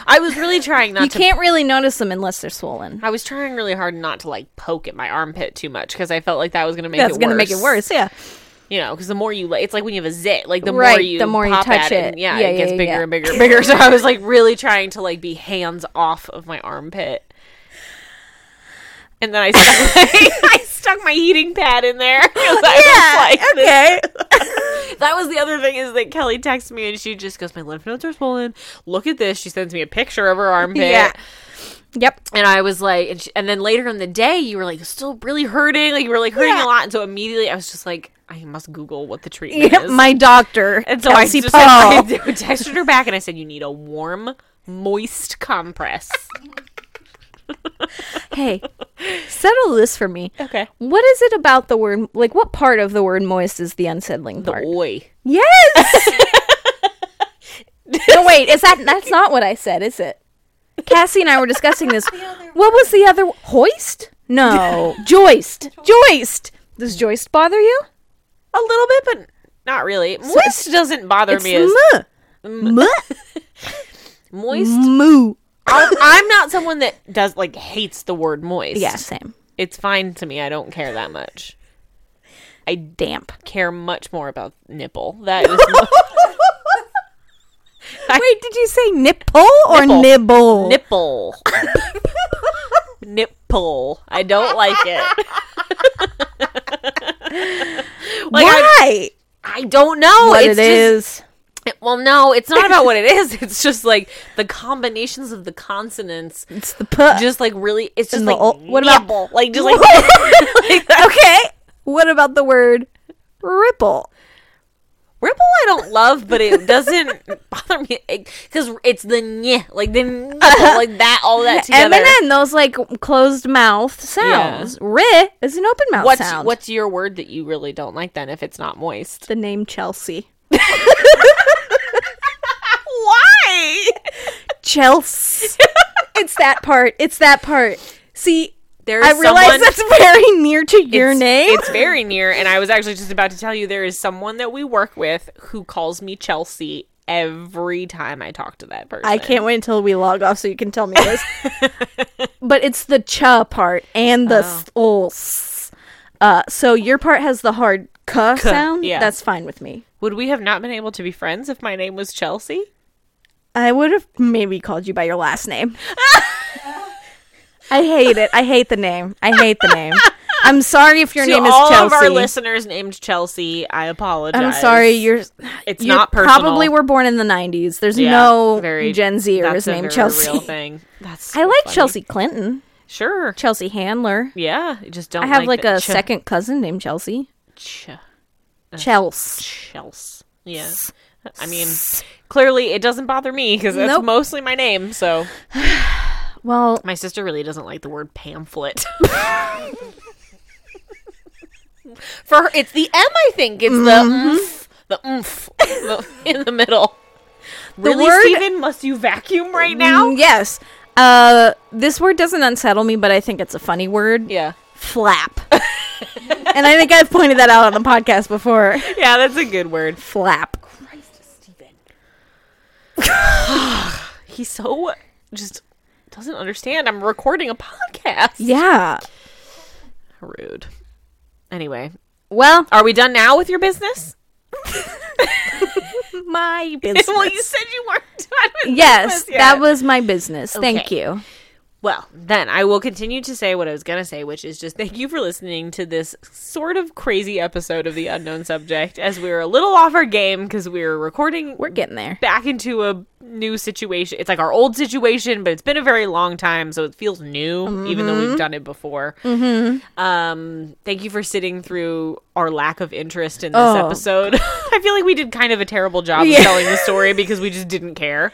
Speaker 2: I was really trying not
Speaker 1: You
Speaker 2: to.
Speaker 1: can't really notice them unless they're swollen.
Speaker 2: I was trying really hard not to like poke at my armpit too much because I felt like that was gonna make
Speaker 1: That's
Speaker 2: it
Speaker 1: gonna
Speaker 2: worse.
Speaker 1: make it worse. Yeah.
Speaker 2: You know, because the more you, like, it's like when you have a zit, like the more
Speaker 1: Right,
Speaker 2: you,
Speaker 1: the more you
Speaker 2: pop
Speaker 1: touch
Speaker 2: at it, and-
Speaker 1: it.
Speaker 2: yeah,
Speaker 1: Yeah,
Speaker 2: it
Speaker 1: yeah,
Speaker 2: gets
Speaker 1: yeah,
Speaker 2: bigger
Speaker 1: yeah.
Speaker 2: and bigger and bigger. So I was like really trying to like be hands off of my armpit. And then I stuck, my, I stuck my heating pad in there. 'Cause I was like,
Speaker 1: Okay.
Speaker 2: That was the other thing is that Kelly texts me and she just goes, "My lymph nodes are swollen. Look at this." She sends me a picture of her armpit,
Speaker 1: Yeah. yep.
Speaker 2: and I was like, and, she, and then later in the day, you were like still really hurting, like you were like hurting a
Speaker 1: Yeah.
Speaker 2: lot, and so immediately I was just like, I must Google what the treatment
Speaker 1: Yep.
Speaker 2: is.
Speaker 1: My doctor.
Speaker 2: and so
Speaker 1: Kelsey
Speaker 2: I just
Speaker 1: Paul.
Speaker 2: I texted her back and I said, "You need a warm, moist compress."
Speaker 1: hey, settle this for me.
Speaker 2: Okay.
Speaker 1: What is it about the word? Like, what part of the word "moist" is the unsettling part?
Speaker 2: Oi.
Speaker 1: Yes. no, wait. Is that that's not what I said? Is it? Cassie and I were discussing this. What was the other hoist? No, joist. Joist. Does joist bother you?
Speaker 2: A little bit, but not really. Moist doesn't bother me as
Speaker 1: It's muh.
Speaker 2: moist.
Speaker 1: Muh. Moo.
Speaker 2: I'll- I'm not someone that does like hates the word moist.
Speaker 1: Yeah, same.
Speaker 2: it's fine to me. I don't care that much. I d-
Speaker 1: Damp.
Speaker 2: care much more about nipple. That is mo-
Speaker 1: Wait, did you say nipple or
Speaker 2: Nipple.
Speaker 1: nibble?
Speaker 2: nipple. nipple. I don't like it. like I,
Speaker 1: Why?
Speaker 2: I don't know.
Speaker 1: What
Speaker 2: it's
Speaker 1: it is.
Speaker 2: just, Well, no, it's not about what it is. It's just like the combinations of the consonants.
Speaker 1: It's the puh.
Speaker 2: Just like really, it's just
Speaker 1: Uh, the
Speaker 2: like
Speaker 1: ol- what about-
Speaker 2: nipple. like just like, like that.
Speaker 1: okay. What about the word ripple?
Speaker 2: Ripple I don't love, but it doesn't bother me because it's the nyeh, like the nipple, like that, all that
Speaker 1: M
Speaker 2: together.
Speaker 1: and N, those like closed mouth sounds. Ri is an open mouth
Speaker 2: what's
Speaker 1: sound.
Speaker 2: what's your word that you really don't like then if it's not moist?
Speaker 1: the name Chelsea?
Speaker 2: Why?
Speaker 1: Chelsea. it's that part. It's that part. See,
Speaker 2: There is
Speaker 1: I realize
Speaker 2: someone,
Speaker 1: that's very near to your
Speaker 2: it's-
Speaker 1: name.
Speaker 2: It's very near, and I was actually just about to tell you there is someone that we work with who calls me Chelsea every time I talk to that person.
Speaker 1: I can't wait until we log off so you can tell me this. but it's the ch part and
Speaker 2: Oh.
Speaker 1: the s ol s. Uh, so your part has the hard k sound.
Speaker 2: yeah.
Speaker 1: That's fine with me.
Speaker 2: Would we have not been able to be friends if my name was Chelsea?
Speaker 1: I would have maybe called you by your last name. I hate it. I hate the name. I hate the name. I'm sorry if your
Speaker 2: To
Speaker 1: name is
Speaker 2: all
Speaker 1: Chelsea.
Speaker 2: of our listeners named Chelsea, I apologize.
Speaker 1: I'm sorry. You're.
Speaker 2: It's
Speaker 1: you
Speaker 2: not personal.
Speaker 1: Probably were born in the '90s. There's
Speaker 2: Yeah,
Speaker 1: no
Speaker 2: very-
Speaker 1: Gen Zers
Speaker 2: that's a
Speaker 1: named
Speaker 2: very
Speaker 1: Chelsea.
Speaker 2: Real thing. That's so
Speaker 1: I like
Speaker 2: funny.
Speaker 1: Chelsea Clinton,
Speaker 2: Sure.
Speaker 1: Chelsea Handler.
Speaker 2: Yeah. I just don't.
Speaker 1: I have like,
Speaker 2: the
Speaker 1: a
Speaker 2: ch-
Speaker 1: second cousin named Chelsea.
Speaker 2: Ch- Uh,
Speaker 1: Chelsea.
Speaker 2: Chelsea. Yeah. I mean, clearly it doesn't bother me because that's
Speaker 1: Nope.
Speaker 2: mostly my name. So
Speaker 1: Well,
Speaker 2: my sister really doesn't like the word pamphlet. For her, it's the M. I think it's the oomph, the oomph the- in the middle. really,
Speaker 1: word-
Speaker 2: Steven, must you vacuum right now?
Speaker 1: mm, yes. Uh, this word doesn't unsettle me, but I think it's a funny word.
Speaker 2: Yeah.
Speaker 1: Flap. and I think I've pointed that out on the podcast before.
Speaker 2: Yeah, that's a good word.
Speaker 1: Flap.
Speaker 2: He so just doesn't understand. I'm recording a podcast.
Speaker 1: Yeah.
Speaker 2: Rude. Anyway,
Speaker 1: Well,
Speaker 2: are we done now with your business?
Speaker 1: my business.
Speaker 2: well, you said you weren't done with
Speaker 1: yes,
Speaker 2: business yet.
Speaker 1: that was my business. Thank
Speaker 2: Okay.
Speaker 1: you.
Speaker 2: Well, then I will continue to say what I was going to say, which is just thank you for listening to this sort of crazy episode of The Unknown Subject as we were a little off our game because we were recording
Speaker 1: We're getting there.
Speaker 2: back into a new situation. It's like our old situation, but it's been a very long time, so it feels new, even though
Speaker 1: Mm-hmm.
Speaker 2: we've done it before. Um, thank you for sitting through our lack of interest in this
Speaker 1: Oh.
Speaker 2: episode. I feel like we did kind of a terrible job
Speaker 1: Yeah.
Speaker 2: of telling the story because we just didn't care.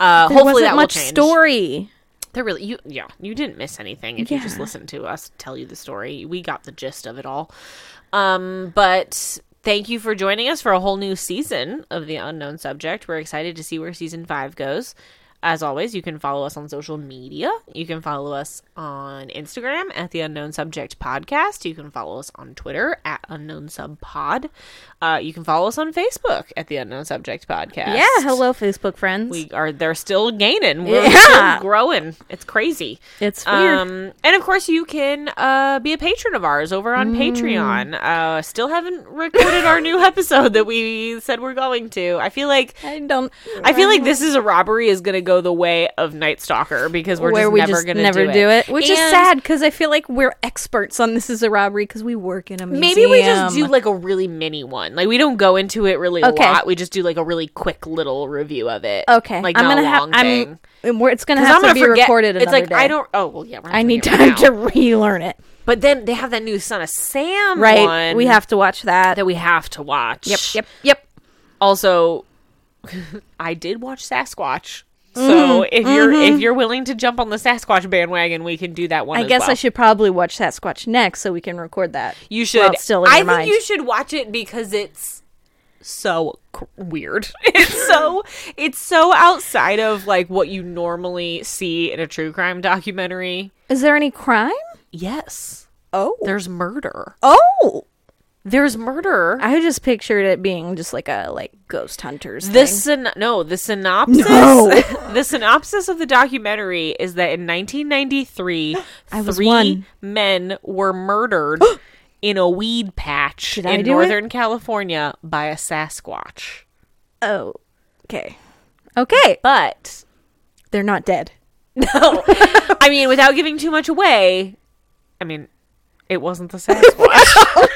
Speaker 2: Uh,
Speaker 1: There
Speaker 2: hopefully
Speaker 1: wasn't
Speaker 2: that
Speaker 1: much
Speaker 2: will change.
Speaker 1: story.
Speaker 2: There really, you yeah, you didn't miss anything if you just
Speaker 1: Yeah.
Speaker 2: listened to us tell you the story. We got the gist of it all. Um, but thank you for joining us for a whole new season of the unknown subject. We're excited to see where season five goes. As always, you can follow us on social media. You can follow us on Instagram at the Unknown Subject Podcast. You can follow us on Twitter at Unknown Sub Pod. Uh, you can follow us on Facebook at the Unknown Subject Podcast.
Speaker 1: Yeah, hello Facebook friends.
Speaker 2: We are they're still gaining. We're
Speaker 1: Yeah.
Speaker 2: still growing. It's crazy.
Speaker 1: It's weird.
Speaker 2: Um and of course you can uh be a patron of ours over on
Speaker 1: Mm.
Speaker 2: Patreon. Uh still haven't recorded our new episode that we said we're going to. I feel like
Speaker 1: I don't
Speaker 2: I feel like this is a robbery is going to go the way of Night Stalker because we're
Speaker 1: where
Speaker 2: just
Speaker 1: we
Speaker 2: never
Speaker 1: just
Speaker 2: going to
Speaker 1: never do it, which is
Speaker 2: And
Speaker 1: sad because I feel like we're experts on this is a robbery because we work in a museum.
Speaker 2: Maybe we just do like a really mini one. Like we don't go into it really
Speaker 1: Okay.
Speaker 2: a lot. We just do like a really quick little review of it.
Speaker 1: okay.
Speaker 2: like
Speaker 1: I'm
Speaker 2: not
Speaker 1: gonna
Speaker 2: a
Speaker 1: have
Speaker 2: long thing.
Speaker 1: I'm and we're, it's gonna
Speaker 2: Because
Speaker 1: have
Speaker 2: I'm
Speaker 1: to
Speaker 2: gonna
Speaker 1: be
Speaker 2: forget.
Speaker 1: recorded another
Speaker 2: it's like
Speaker 1: day.
Speaker 2: I don't. Oh well, yeah. we're not
Speaker 1: I
Speaker 2: doing
Speaker 1: need
Speaker 2: it right
Speaker 1: time
Speaker 2: now.
Speaker 1: to relearn it.
Speaker 2: But then they have that new Son of Sam
Speaker 1: Right,
Speaker 2: one
Speaker 1: we have to watch that.
Speaker 2: that we have to watch.
Speaker 1: Yep, yep, yep.
Speaker 2: Also, I did watch Sasquatch. So
Speaker 1: Mm-hmm.
Speaker 2: if you're if you're willing to jump on the Sasquatch bandwagon, we can do that one.
Speaker 1: I
Speaker 2: as
Speaker 1: guess I
Speaker 2: well.
Speaker 1: should probably watch that Squatch next so we can record that.
Speaker 2: You should.
Speaker 1: it's still in
Speaker 2: I
Speaker 1: your
Speaker 2: think
Speaker 1: mind.
Speaker 2: you should watch it because it's so cr- weird. It's so it's so outside of like what you normally see in a true crime documentary.
Speaker 1: Is there any crime?
Speaker 2: Yes.
Speaker 1: Oh.
Speaker 2: There's murder.
Speaker 1: Oh.
Speaker 2: There's murder.
Speaker 1: I just pictured it being just like a like ghost hunters
Speaker 2: The
Speaker 1: thing.
Speaker 2: syn- no, the synopsis. the synopsis of the documentary is that in 1993,
Speaker 1: was
Speaker 2: three
Speaker 1: one.
Speaker 2: men were murdered in a weed patch
Speaker 1: I
Speaker 2: in
Speaker 1: do it?
Speaker 2: Northern California by a Sasquatch.
Speaker 1: Oh. Okay. Okay.
Speaker 2: But
Speaker 1: They're not dead.
Speaker 2: no, I mean, without giving too much away, I mean, it wasn't the Sasquatch.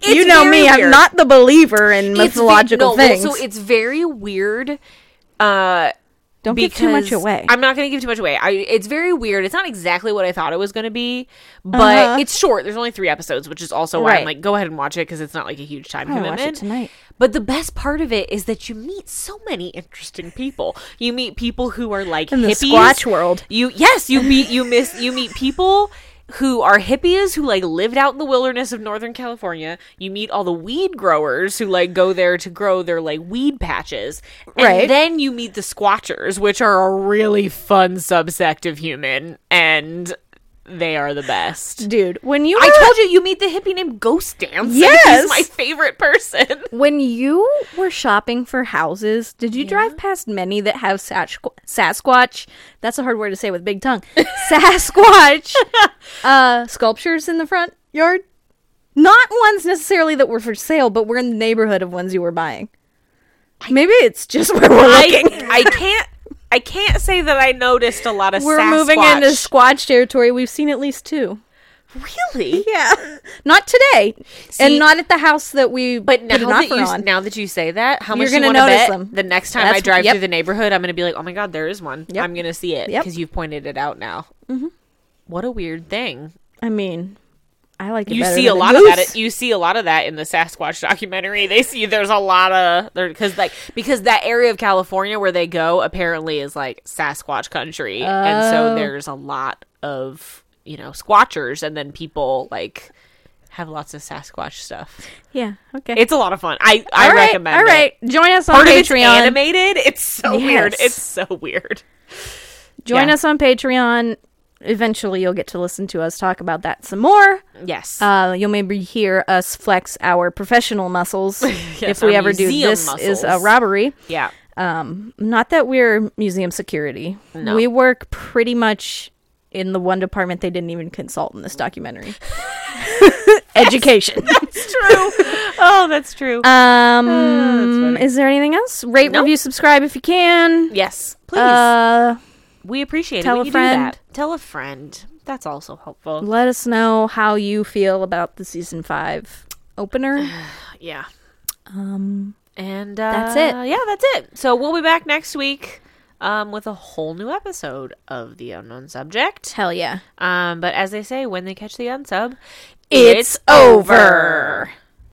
Speaker 2: It's
Speaker 1: you know
Speaker 2: very
Speaker 1: me,
Speaker 2: weird.
Speaker 1: I'm not the believer in
Speaker 2: It's ve-
Speaker 1: mythological
Speaker 2: no, well,
Speaker 1: things.
Speaker 2: so it's very weird. Uh,
Speaker 1: Don't give too much away.
Speaker 2: I'm not going to give too much away. I, it's very weird. It's not exactly what I thought it was going to be, but it's short. There's only three episodes, which is also why I'm
Speaker 1: Uh-huh. Right.
Speaker 2: like, go ahead and watch it because it's not like a huge time
Speaker 1: I'm gonna watch
Speaker 2: commitment.
Speaker 1: it tonight.
Speaker 2: But the best part of it is that you meet so many interesting people. You meet people who are like
Speaker 1: In the
Speaker 2: hippies.
Speaker 1: Squatch world.
Speaker 2: You yes, you meet you miss you meet people who are hippies who like lived out in the wilderness of Northern California. You meet all the weed growers who like go there to grow their like weed patches. And
Speaker 1: Right.
Speaker 2: then you meet the squatchers, which are a really fun subsect of human and they are the best.
Speaker 1: Dude, when you
Speaker 2: I
Speaker 1: were-
Speaker 2: told you you meet the hippie named Ghost Dance.
Speaker 1: Yes.
Speaker 2: He's my favorite person.
Speaker 1: When you were shopping for houses, did you drive past many that have Sasqu- Sasquatch? That's a hard word to say with big tongue. Sasquatch uh, sculptures in the front yard. Not ones necessarily that were for sale, but were in the neighborhood of ones you were buying. Maybe it's just where we're looking.
Speaker 2: I, I can't. I can't say that I noticed a lot of.
Speaker 1: we're
Speaker 2: Sasquatch.
Speaker 1: moving into Squatch territory. We've seen at least two.
Speaker 2: really,
Speaker 1: Yeah, not today,
Speaker 2: See-
Speaker 1: and not at the house that we
Speaker 2: but now
Speaker 1: put an
Speaker 2: that
Speaker 1: offer
Speaker 2: you
Speaker 1: on.
Speaker 2: now that you say that, how much
Speaker 1: You're
Speaker 2: you
Speaker 1: gonna
Speaker 2: wanna
Speaker 1: notice
Speaker 2: bet
Speaker 1: them.
Speaker 2: The next time I
Speaker 1: That's-
Speaker 2: drive
Speaker 1: yep.
Speaker 2: through the neighborhood, I'm going to be like, "Oh my god, there is one."
Speaker 1: Yep.
Speaker 2: I'm going to see it
Speaker 1: Yep. Mm-hmm.
Speaker 2: because you've pointed it out now. What a weird thing.
Speaker 1: I mean, I like it
Speaker 2: You
Speaker 1: better
Speaker 2: see
Speaker 1: than
Speaker 2: a lot
Speaker 1: goose.
Speaker 2: of that. You see a lot of that in the Sasquatch documentary. They see there's a lot of there because like because that area of California where they go apparently is like Sasquatch country, and
Speaker 1: Oh.
Speaker 2: so there's a lot of you know squatchers, and then people like have lots of Sasquatch stuff.
Speaker 1: Yeah. Okay.
Speaker 2: It's a lot of fun. I I
Speaker 1: All right,
Speaker 2: recommend.
Speaker 1: All
Speaker 2: it.
Speaker 1: right, join us on
Speaker 2: Part of it's
Speaker 1: Patreon.
Speaker 2: animated. It's so weird.
Speaker 1: Yes.
Speaker 2: It's so weird.
Speaker 1: join
Speaker 2: yeah.
Speaker 1: us on Patreon. Eventually, you'll get to listen to us talk about that some more.
Speaker 2: Yes.
Speaker 1: Uh, you'll maybe hear us flex our professional muscles if
Speaker 2: our
Speaker 1: we ever do.
Speaker 2: museum
Speaker 1: This is a
Speaker 2: muscles.
Speaker 1: robbery.
Speaker 2: yeah.
Speaker 1: Not that we're museum security.
Speaker 2: No.
Speaker 1: We work pretty much in the one department they didn't even consult in this documentary. Education.
Speaker 2: It's true. oh, that's true.
Speaker 1: Um, is there anything else? Rate,
Speaker 2: Ah, Nope.
Speaker 1: review, subscribe if you can.
Speaker 2: yes. Please.
Speaker 1: Uh,
Speaker 2: We appreciate it.
Speaker 1: Tell a
Speaker 2: when you do
Speaker 1: friend.
Speaker 2: that. Tell a friend. That's also helpful.
Speaker 1: let us know how you feel about the season five opener.
Speaker 2: Yeah.
Speaker 1: Um,
Speaker 2: And
Speaker 1: That's
Speaker 2: uh,
Speaker 1: it.
Speaker 2: Yeah, that's it. So we'll be back next week um, with a whole new episode of the unknown subject.
Speaker 1: hell yeah.
Speaker 2: Um, but as they say, when they catch the unsub,
Speaker 1: It's over.